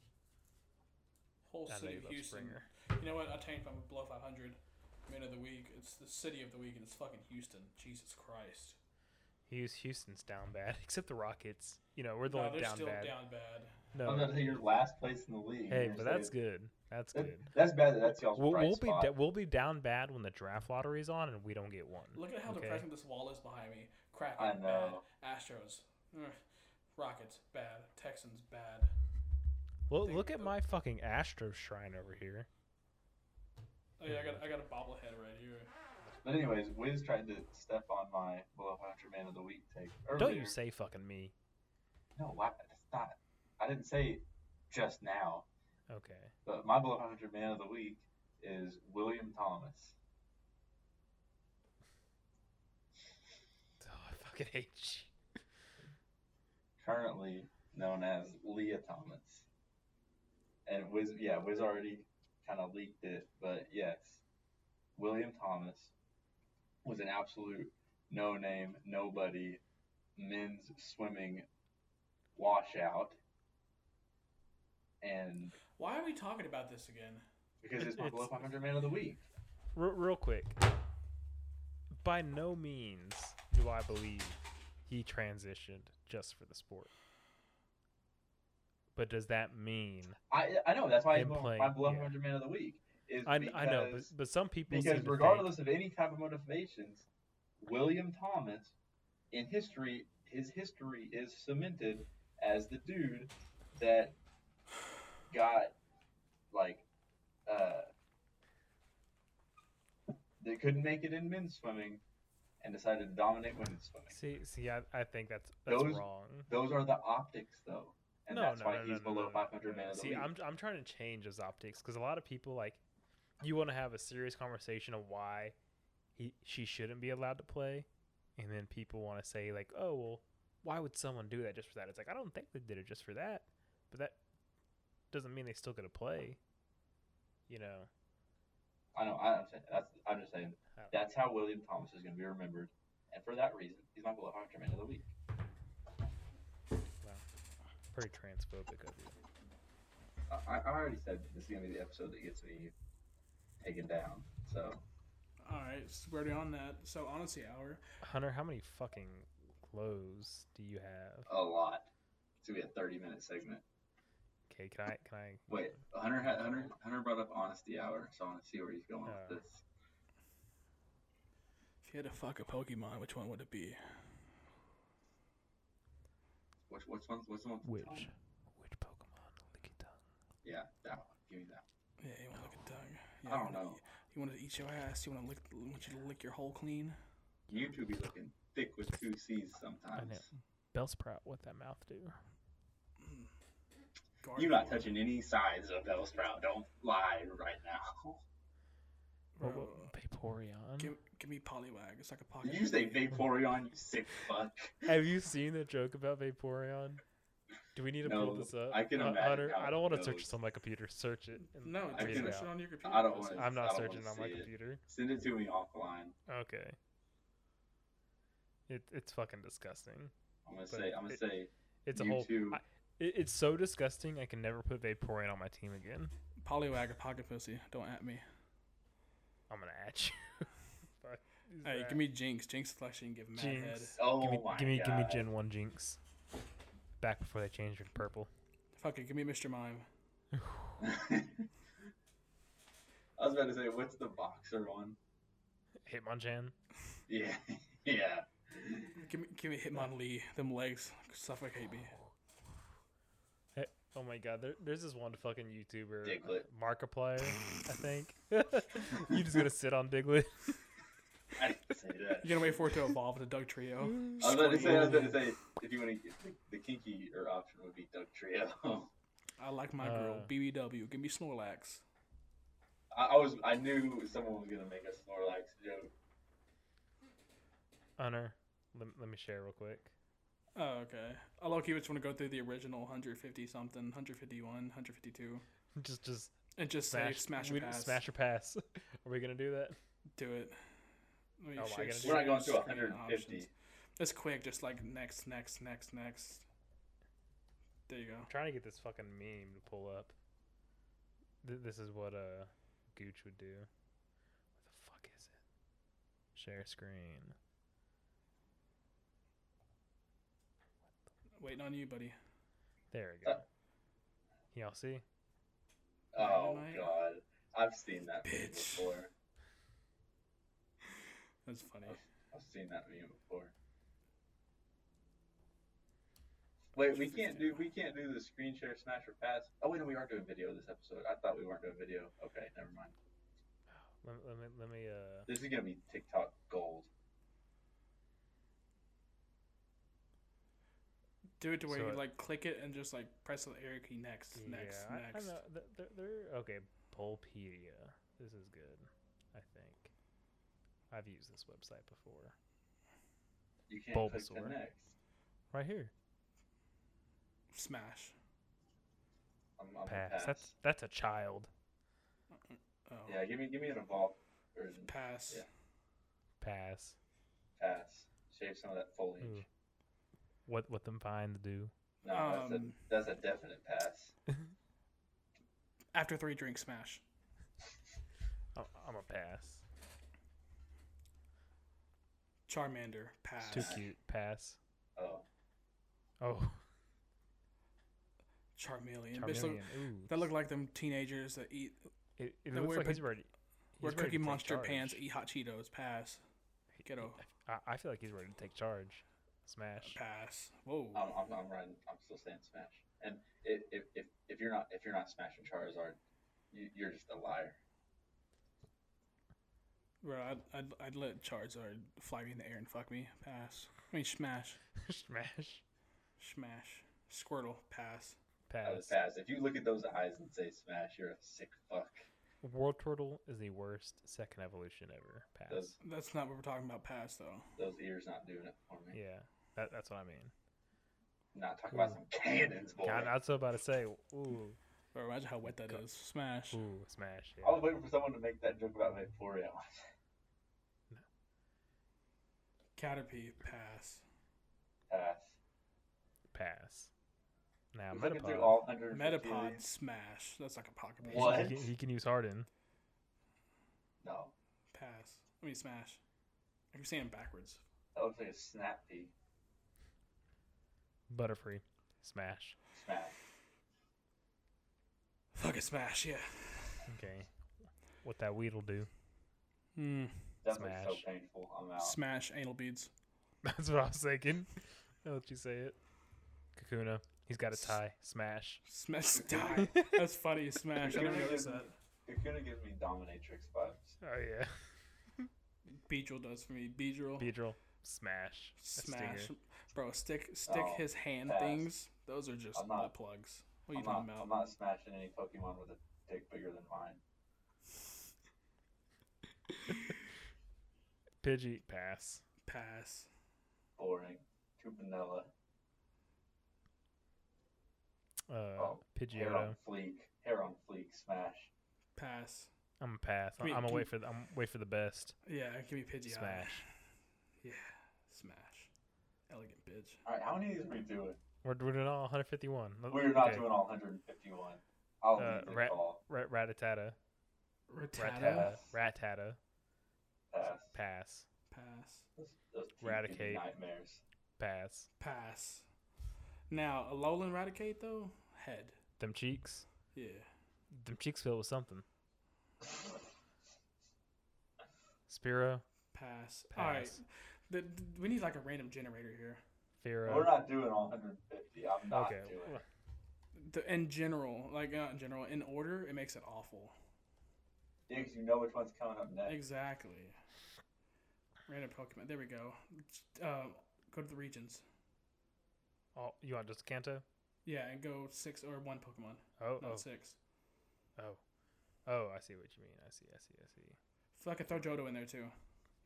Whole
I know
city
you
of
love
Houston.
Springer.
You know what? I changed my below 500 man of the week. It's the city of the week, and it's fucking Houston. Jesus Christ.
He's Houston's down bad, [LAUGHS] except the Rockets. You know we're the
no,
only
they're
down
still
bad.
down bad.
I'm
No,
not saying you're last place in the league.
hey,
You're
but that's
saying-
good. That's
that-
good.
that's bad. That that's y'all's
We'll,
bright
we'll be
spot.
da- we'll be down bad when the draft lottery's on and we don't get one.
Look at how
Okay.
depressing this wall is behind me. Kraken,
I know.
bad. Astros, ugh. Rockets, bad. Texans, bad.
Well,
They-
look at my fucking Astros shrine over here.
Oh yeah, I got I got a bobblehead right here.
But anyways, Wiz tried to step on my below 500 man of the week take. Earlier.
Don't you say fucking me.
No, I, that's not. I didn't say just now.
Okay. [LAUGHS]
But my below 500 man of the week is William Thomas.
Oh, I fucking hate you.
currently known as Leah Thomas. And Wiz, yeah, Wiz already kind of leaked it, but yes, William Thomas was an absolute no name, nobody, men's swimming washout. And
Why are we talking about this again?
because it's my below
It's-
500 man of the week.
Re- real quick. By no means do I believe he transitioned just for the sport. But does that mean?
I, I know, that's why he's
Him
my
playing,
my below
yeah.
500 man of the week. Is
I, I know, but,
because-
but some people seem
Because
to
regardless of any type of motivations, William Thomas, in history, his history is cemented as the dude that got like uh, they couldn't make it in men's swimming and decided to dominate women's swimming.
think, see see I, I think that's that's
Those-
wrong.
Those are the optics, though, and
no,
that's
no,
why
no, no,
he's
no,
below
no, no,
500
no.
man of the
See,
week.
I'm I'm trying to change his optics because a lot of people like you want to have a serious conversation of why he she shouldn't be allowed to play, and then people want to say like, oh well, why would someone do that just for that? It's like I don't think they did it just for that, but that doesn't mean they still get to play. You know, Uh,
I know. I, I'm, saying, that's, I'm just saying
I don't-
that's how William Thomas is going to be remembered, and for that reason, he's my below 500 man of the week.
pretty transphobic of you.
I, I already said this is gonna be the episode that gets me taken down. So
All right, so we're already on that. So honesty hour.
Hunter, how many fucking clothes do you have?
a lot. It's gonna be a thirty-minute segment.
Okay, can I can I
Wait, Hunter, had- Hunter, Hunter brought up honesty hour, so I want to see where he's going
Yeah.
with this.
If you had to fuck a Pokemon, which one would it be?
Which which one's which one's
which which Pokemon licky tongue?
Yeah, that one. Give me that.
Yeah, you want to lick a
I
tongue. Yeah, you
don't
wanna-
know.
You want to eat your ass. You want to lick. Want you to lick your hole clean.
one. You two be looking thick with two C's sometimes.
Bellsprout, what that mouth do?
You're not touching any sides of Bellsprout. Don't lie right now.
What,
Bro,
what- Vaporeon.
give, give me Poliwag. It's like a
Oh,
pocket.
Did you say Vaporeon? You sick fuck.
[LAUGHS] Have you seen the joke about Vaporeon? Do we need to pull
No,
this up?
I can
Hu-
imagine
Hunter,
how
I
it
don't want to
goes.
search this on my computer. Search it. and
No,
tweet
I
just
it
can-
search
out.
it on your computer.
I don't
That's-
wanna-
I'm
I
not
don't
searching
wanna
on my
see it.
computer.
Send it to me offline.
Okay. It, it's fucking disgusting.
I'm gonna
But
say. I'm gonna
it-
say.
It's a
You
whole.
two-
I, it, it's so disgusting. I can never put Vaporeon on my team again.
Poliwag a pocket pussy. Don't at me.
I'm gonna at you. [LAUGHS] Fuck, who's
Hey,
that?
give me Jinx. Jinx actually can give mad head.
Jinx.
Oh
give me,
my
give me,
god.
give me Gen One Jinx. Back before they changed her to purple.
Fuck it. Give me Mr. Mime.
I was about to say, what's the boxer one?
Hitmonchan.
Yeah, [LAUGHS] yeah.
Give me, give me Hitmonlee. Them legs suffocate me.
Hey, oh my god, there, there's this one fucking YouTuber,
Diglett.
uh, Markiplier, I think. [LAUGHS] you just gonna sit on Diglett?
I didn't say that.
You're gonna wait for it to evolve to Doug Trio.
[LAUGHS] I was about to say, I was about to say, if you want to, get the, the kinky or option would be Doug Trio. [LAUGHS]
I like my girl.
Uh.
BBW. Give me Snorlax.
I, I was, I knew someone was gonna make a Snorlax joke.
Hunter, let, let me share real quick. [LAUGHS]
Oh, okay. I low key just want to go through the original 150 something, 151, 152,
Just, just
and just say smash
we-
a
[LAUGHS]
pass.
Smash or pass. Are we gonna do that?
Do it. Let me
Oh, I
share
gotta do
We're not
screen-
going to
screen
150.
options. It's quick, just like next, next, next, next. There you go.
I'm trying to get this fucking meme to pull up. Th- this is what uh Gooch would do. Where the fuck is it? Share screen.
Waiting on you, buddy.
There we go. Y'all see?
Oh
Dynamite.
god, I've seen that meme
Bitch.
before.
That's funny.
I've seen that meme before. Wait, we can't do we can't do the screen share, smash or pass. Oh wait, no, we are doing video this episode. I thought we weren't doing video. Okay, never mind.
Let, let me let me uh
This is gonna be TikTok gold.
Do it to where
So
you
it-
like click it and just like press the arrow key next, next,
yeah, I- I
next.
know. Th- They're, they're- okay. Bulpedia. This is good. I think. I've used this website before.
You can't click the
Bulbasaur.
next.
Right here.
Smash.
I'm, I'm pass.
Pass.
pass.
That's that's a child.
Oh,
Yeah, give me give me an evolve version.
pass.
Yeah.
Pass.
Pass. Shave some of that foliage.
Ooh. What what them vines do?
No,
Um,
that's a that's a definite pass.
After three drinks, smash.
I'm, I'm a pass.
Charmander, pass.
Too cute. Pass.
Oh,
Oh,
Charmeleon. Bitch, look,
Charmeleon. Ooh,
that look like them teenagers that eat
It, it
that
looks
wear
like
pic-
he's ready.
wear
he's ready to
Cookie
take
Monster pants,
charge.
eat hot Cheetos, pass.
He-
Ghetto,
I, I feel like he's ready to take charge. [LAUGHS] Smash.
pass. Whoa.
I'm, I'm, I'm riding. I'm still saying Smash. And if, if, if, if you're not if you're not smashing Charizard, you, you're just a liar.
Bro, I'd, I'd, I'd let Charizard fly me in the air and fuck me. Pass. I mean, smash.
Smash.
Smash. Squirtle. Pass.
That was
Pass.
fast. If you look at those eyes and say Smash, you're a sick fuck.
World Turtle is the worst second evolution ever. Pass.
Does-
That's not what we're talking about. Pass, though.
Those ears not doing it for me.
Yeah, that, that's what I mean.
Not talking about some cannons, boy.
God, I was about to say, ooh,
Bro, imagine how wet that is. Smash.
ooh, smash.
I
Yeah.
was waiting for someone to make that joke about Vaporeon. [LAUGHS]
Caterpie. Pass.
Pass.
Pass. Now
I'm looking through
Metapod.
all 150 of
Metapod.
these.
Smash. That's like a pocket
He-
base.
What?
He, can- he can use Harden.
No,
Pass. I mean, smash. I keep saying it backwards.
that looks like a snap pea.
Butterfree. Smash.
Smash.
Fuck it, smash, yeah.
Okay. What that weedle do? [LAUGHS]
Hmm.
That looks so
Smash.
painful. I'm out.
Smash anal beads.
That's what I was thinking. [LAUGHS] I'll let you say it. Kakuna. He's got a tie. Smash.
Smash. Die. That's funny. Smash. I never
Kakuna
noticed
gives me,
that.
Kakuna gives me dominatrix vibes.
Oh
[LAUGHS]
yeah.
Beedrill does for me. Beedrill.
Beedrill. Smash. A stinger.
Smash, bro! Stick, stick
Oh,
his hand
pass.
things. Those are just
I'm not-
butt plugs. What are you
I'm
talking
not,
about?
I'm not smashing any Pokemon with a dick bigger than mine.
Pidgey. Pass.
Pass.
Boring. Too vanilla.
Uh,
Oh, Hair on
Pidgeotto.
fleek. Hair on fleek. Smash.
Pass.
I'm a pass.
Wait,
I'm, I'm a
can-
wait for the, I'm wait for the best.
Yeah, give me Pidgey.
Smash.
Yeah, smash. Elegant bitch.
All right, how many of these are we doing?
We're we're doing all 151. Let-
We're not
okay.
doing all 151. I'll
Uh,
leave the
Rat-
call.
Ra- Ratatata.
Rattata.
Ratata. Ratata.
Pass.
Pass.
Pass.
Those, those teeth give me
Raticate.
Nightmares. [LAUGHS]
Pass.
Pass. Now, Alolan Raticate though head.
Them cheeks.
Yeah.
Them cheeks filled with something. Spiro.
Pass. All right.
Pass.
The, the- we need like a random generator here.
Firo.
We're not doing all 150. I'm not
okay.
doing it.
The, in general, like not in general, in order, it makes it awful.
Yeah, 'cause you know which one's coming up next.
Exactly. Random Pokemon. There we go. Uh, go to the regions.
Oh, you want just Kanto?
Yeah, and go six or one Pokemon,
Oh,
not
oh,
six.
oh, oh! I see what you mean. I see. I see. I see.
So I could throw Johto in there too.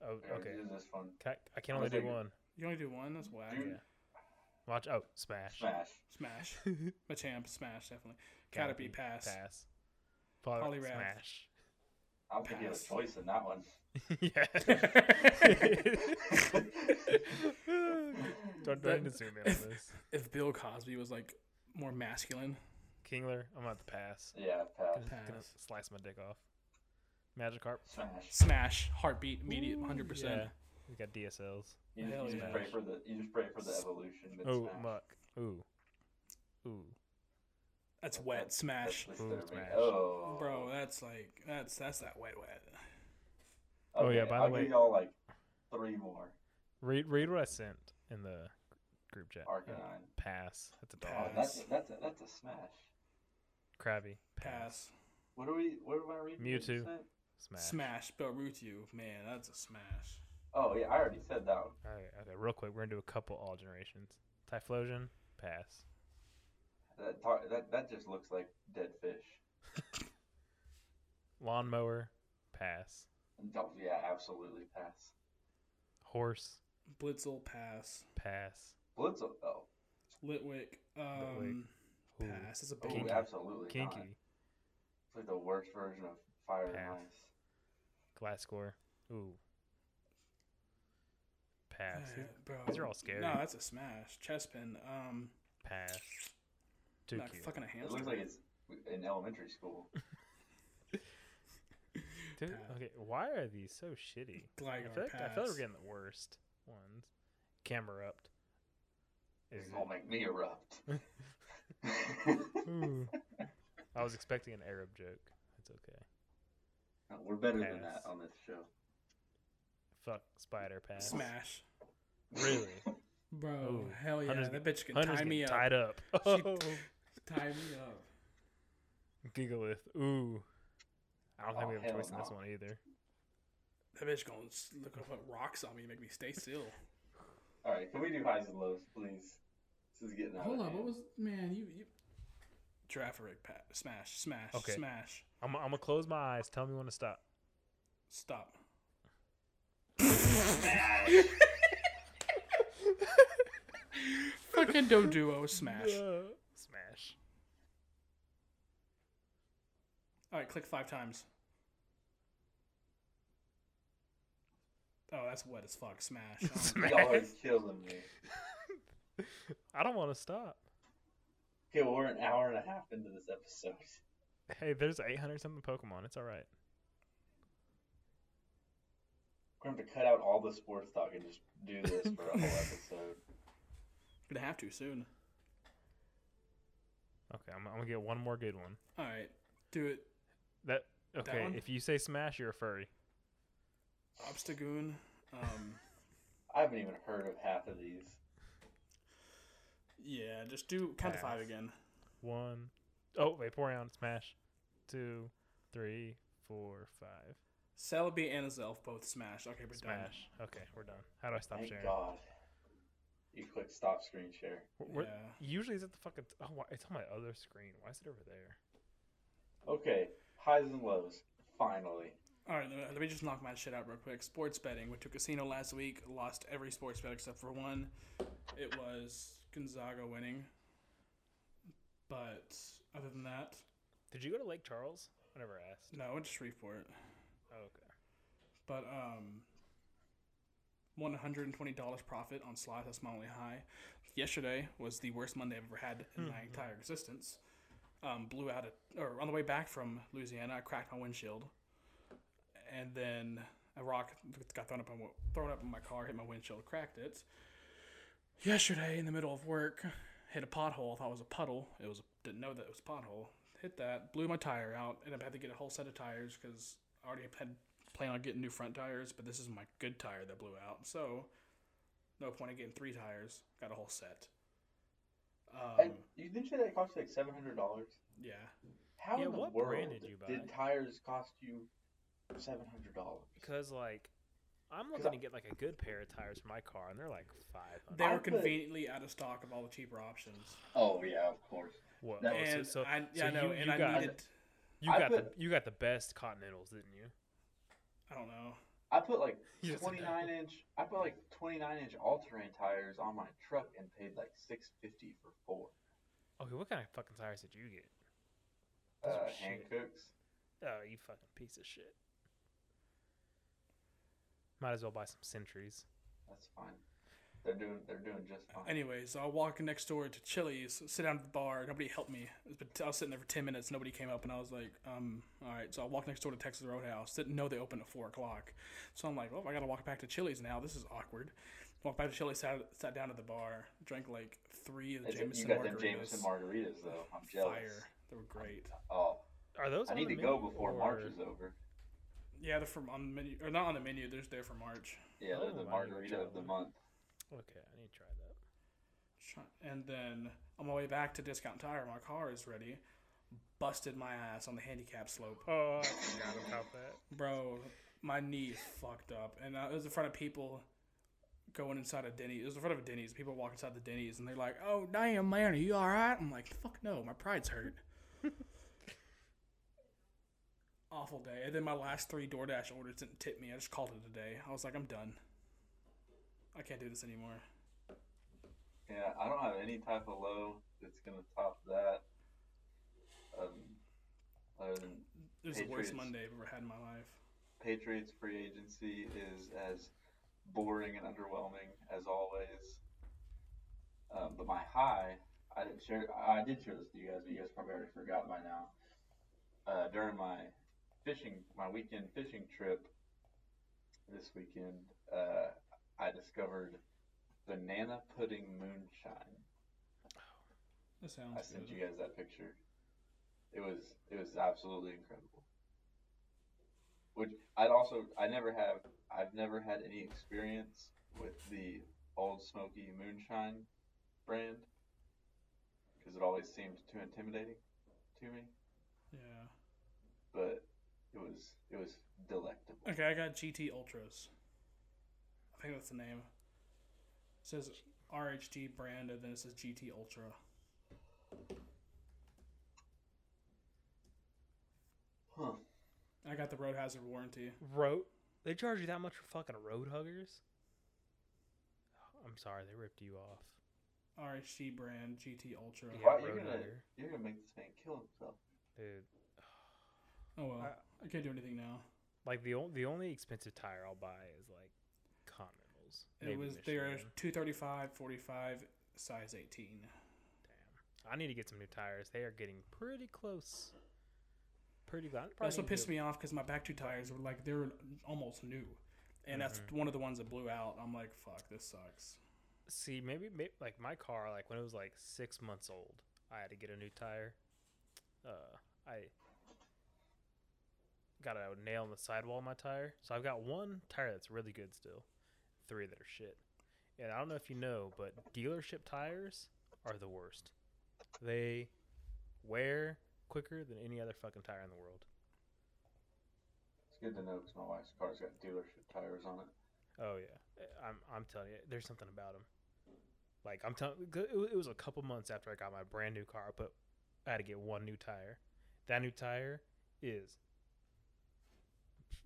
Oh,
Here,
okay.
Do this one.
Can I, I can
I'm
only
gonna
do
take it.
one.
You only do one. That's whack.
Dude.
Watch. Oh, smash. [LAUGHS]
Smash.
Smash. Machamp. Smash. Definitely.
Gotta be
Caterpie. Pass.
Pass. Poly-
Poliwrath.
smash. [LAUGHS]
I don't think you have a
Pass.
choice in that one. [LAUGHS]
yeah. [LAUGHS] Don't try
That-
to zoom in on this.
If Bill Cosby was like more masculine,
Kingler, I'm about to pass.
Yeah, pass.
Gonna- gonna
Pass.
slice my dick off. Magikarp.
Smash.
smash, heartbeat, immediate,
Ooh,
hundred
Yeah.
percent.
We got DSLs.
You just,
Hell
you just
yeah.
pray for the you just pray for the evolution. mid
Oh,
smash.
muck. Ooh. Ooh.
That's wet
That's
smash,
disturbing.
smash.
Oh,
bro. That's like that's that's that wet wet.
Oh, yeah,
Okay,
by the
I'll
way-
give y'all like three more. Oh,
Read read what I sent in the group chat. Yeah.
Arcanine.
Pass. That's a
Oh,
dog.
that's
Pass.
that's a, that's a smash.
Krabby. Pass.
Pass,
What are we? What am I reading? What you
Mewtwo.
said?
Smash.
smash, Belrutu, man, that's a smash.
Oh yeah, I already said that one.
All right. Okay. Real quick, we're gonna do a couple all generations. Typhlosion. Pass.
That, tar- that that just looks like dead fish.
Lawnmower. Pass.
Don't, yeah, absolutely pass.
Horse.
Blitzel, pass.
Pass.
Blitz. Oh,
Litwick, um,
Ooh.
pass. It's a
oh
big
Kinky.
absolutely
Kinky.
not. It's like the worst version of Fire and
Pass.
Ice.
Glasscore. Ooh. Pass.
Yeah, bro.
These are all scary.
No, that's a smash. Chesspin, um,
Pass. Too
not
cute.
fucking a
It
hamster.
looks like it's in elementary
[LAUGHS]
school.
Dude,
Pass.
okay, why are these so shitty? I
Gligar,
feel, like, I
pass.
feel like we're getting the worst ones. Camera upped. Is
Oh
It's gonna make me erupt.
it? [LAUGHS] Ooh. I was expecting an Arab joke. It's okay.
No, [LAUGHS] We're better than that
Pass.
on this show.
Fuck spider pass.
Smash.
Really?
Bro,
Ooh.
hell yeah.
Hunter's
that bitch can
Hunter's
tie me
getting
up.
tied up. [LAUGHS] Oh.
Tie me up.
Gigalith. Ooh. I don't think
Oh,
we have a
hell
choice in this
no.
one either.
That bitch gonna s- look up what rocks on me and make me stay still.
[LAUGHS] [LAUGHS] All right, can we do highs and lows, please? This is getting out
Hold
of
on, what
hand. [LAUGHS]
was man? You you. Giraffarig, pat, smash, smash,
Okay.
smash.
I'm, I'm going to close my eyes. Tell me when to stop.
Stop. Fucking Doduo, smash.
Uh, [LAUGHS] smash.
All right, click five times. Oh, that's wet as fuck. Smash.
[LAUGHS]
Oh,
Smash.
Y'all are killing me.
I don't want to stop.
Okay, well, we're an hour and a half into this episode.
Hey, there's 800 something Pokemon. It's all right.
We're going to cut out all the sports talk and just
[LAUGHS]
do this for a whole episode.
Gonna have to soon.
Okay, I'm, I'm gonna get one more good one.
All right, do it.
That okay?
one?
if you say smash, you're a furry.
Obstagoon. Um,
I haven't even heard of half of these.
yeah, just do count to five
Pass.
again.
One, oh, Vaporeon, smash. Two, three, four, five,
Celebi and Azelf both smash. Okay, we're done.
smash. Okay, we're done. How do I stop
Thank
sharing?
God. You click stop screen share.
We're- we're-
Yeah.
Usually it's at the fucking. Oh, why- it's on my other screen. Why is it over there?
Okay, highs and lows. Finally.
All right, let me- let me just knock my shit out real quick. Sports betting. Went to a casino last week. Lost every sports bet except for one. It was Gonzaga winning. But other than that,
Did you go to Lake Charles? I never asked.
no, it's Shreveport.
Oh, okay.
But um, one hundred and twenty dollars profit on slots. That's my only high. Yesterday was the worst Monday I've ever had in my entire existence. Um, blew out a, or on the way back from Louisiana, I cracked my windshield, and then a rock got thrown up on thrown up in my car, hit my windshield, cracked it. Yesterday, in the middle of work, hit a pothole. Thought it was a puddle. It was didn't know that it was a pothole. Hit that, blew my tire out, and I had to get a whole set of tires because I already had plan on getting new front tires, but this is my good tire that blew out. So, no point in getting three tires. Got a whole set. Um,
And you didn't say that cost you like $700?
yeah,
How
Yeah,
in the
what
world
brand did you buy?
tires cost you $700?
Because like, I'm
Because
looking
I-
to get like a good pair of tires for my car, and they're like five
they
I
hundred.
were
put-
conveniently out of stock of all the cheaper options.
Oh, yeah, of course.
What?
that
oh,
and
so, so,
I, yeah,
so
I know,
you,
and
you
I
got
needed.
you
I
got the
put-
you got the best continentals, didn't you?
I don't know.
I put
[LAUGHS]
like
He doesn't know.
29 inch. I put like 29 inch all terrain tires on my truck and paid like 650 for four.
Okay, what kind of fucking tires did you get? Those
Uh,
are
hand
shit.
cooks.
Oh, you fucking piece of shit. Might as well buy some centuries.
That's fine. They're doing they're doing just fine.
Anyways, I'll walk next door to Chili's, sit down at the bar. Nobody helped me. But I was sitting there for 10 minutes. Nobody came up, and I was like, um, all right. So I walked next door to Texas Roadhouse. Didn't know they opened at 4 o'clock. So I'm like, well, I got to walk back to Chili's now. This is awkward. Walked back to Chili's, sat, sat down at the bar, drank like three of the
Is it-
Jameson
you got them
margaritas.
Jameson margaritas though. I'm jealous.
Fire. They were great.
Oh,
Are those?
I
on
need
the
to go
menu,
before
or-
March is over.
Yeah, they're from on the menu. Or not on the menu. They're just there for March.
Yeah,
Oh,
they're the
I need to
margarita
try
of the
one.
month.
Okay, I need to try that.
And then on my way back to Discount Tire, my car is ready. Busted my ass on the handicap slope.
[LAUGHS]
Oh, I forgot about that.
Bro, my knee fucked up, and uh, it was in front of people going inside a Denny's. It was in front of a Denny's. People walk inside the Denny's, and they're like, "Oh, damn, man, are you all right?" I'm like, "Fuck no, my
[LAUGHS]
pride's hurt." Awful day. And then my last three DoorDash orders didn't tip me. I just called it a day. I was like, "I'm done. I can't do this anymore."
Yeah, I don't have any type of low that's gonna top that. Um, other than
It was the worst
Patriots.
Monday I've ever had in my life.
Patriots free agency is as boring and underwhelming as always. Um, but my high, I didn't share. I did share this to you guys, but you guys probably already forgot by now. Uh, during my fishing, my weekend fishing trip this weekend, uh, I discovered banana pudding moonshine.
That
I
sounds
sent
good.
you guys that picture. It was it was absolutely incredible. Which I'd also I never have I've never had any experience with the Old Smoky Moonshine brand because it always seemed too intimidating to me.
Yeah.
But it was it was delectable.
Okay, I got GT Ultras. I think that's the name. It says RHG brand, and then it says GT Ultra.
Huh.
I got the road hazard warranty.
Road? They charge you that much for fucking road huggers? I'm sorry, they ripped you off.
RHG brand, GT Ultra.
Yeah,
Why, you're
road
gonna
hugger.
you're gonna make this man kill himself.
Dude,
Oh well,
I-
I can't do anything now.
like the only the only expensive tire I'll buy is like Continentals.
It
maybe
was their
Michelin.
235, 45, size 18.
Damn, I need to get some new tires. They are getting pretty close. Pretty glad.
That's what pissed me off because my back two tires were like they were almost new, and that's
Mm-hmm.
one of the ones that blew out. I'm like, fuck, this sucks.
See, maybe, maybe like my car, like when it was like six months old, I had to get a new tire. Uh, I got a nail in the sidewall of my tire, so I've got one tire that's really good still, three that are shit. And I don't know if you know, but dealership tires are the worst. They wear quicker than any other fucking tire in the world.
It's good to know because my wife's car's got dealership tires on it.
Oh yeah, Uh, I'm I'm telling you, there's something about them. Like I'm telling, it wa- it was a couple months after I got my brand new car, but I had to get one new tire. That new tire is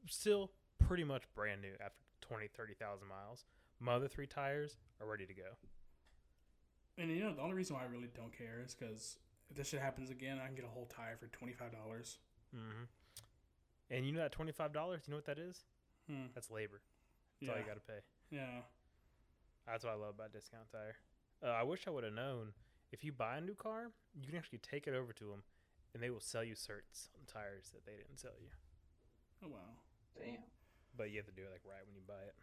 still pretty much brand new after 20, 30,000 miles. My other three tires are ready to go.
And you know, the only reason why I really don't care is because if this shit happens again, I can get a whole tire for twenty five dollars.
hmm And you know that twenty five dollars? You know what that is?
Hmm.
That's labor. That's
Yeah.
all you got to pay.
yeah.
That's what I love about Discount Tire. Uh, I wish I would have known. If you buy a new car, you can actually take it over to them, and they will sell you certs on tires that they didn't sell you.
Oh wow.
Damn.
But you have to do it like right when you buy it.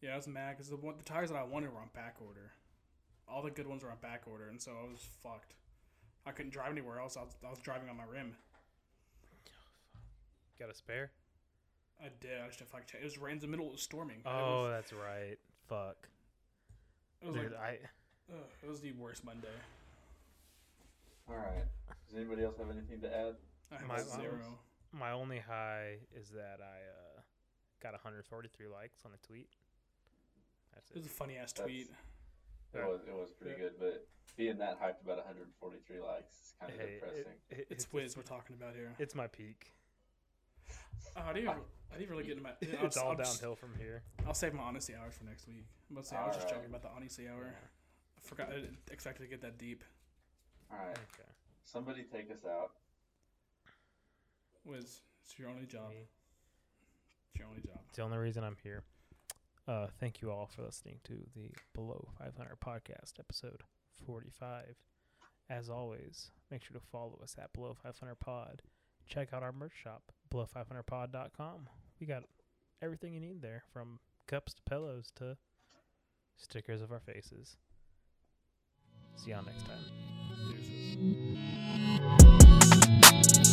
Yeah, I was mad because the one, the tires that I wanted were on back order. All the good ones were on back order, and so I was fucked. I couldn't drive anywhere else. I was, I was driving on my rim.
Got a spare?
I did. I just didn't fucking check. It was right in the middle. It was storming.
Oh, that's right. Fuck.
it was, it was,
Oh, Dude,
like,
I
ugh, it was the worst Monday.
All right. Does anybody else have anything to add?
I had
My- my-
zero.
my only high is that I uh, got 143 likes on a tweet. That's
It was
it.
a funny ass
That's-
tweet.
It was it was pretty good, but being that hyped about 143 likes is kind of
Hey, it-
depressing.
it-
It's
it's,
Wiz we're talking about here.
it's my peak.
Oh, I didn't. I didn't really get in my. I'll
[LAUGHS] It's
just-
all
I'll just-
downhill from here.
I'll save my honesty hours for next week. I'm about to say, I was just
Alright.
joking about the honesty hour. I forgot. I didn't expect it to get that deep.
All right,
Okay.
somebody take us out.
Was it's your only job.
Me.
It's your only job.
It's the only reason I'm here. Uh, thank you all for listening to the Below 500 podcast, episode 45. As always, make sure to follow us at Below 500 Pod. Check out our merch shop, below500pod.com. We got everything you need there from cups to pillows to stickers of our faces. See y'all next time.
Deuces.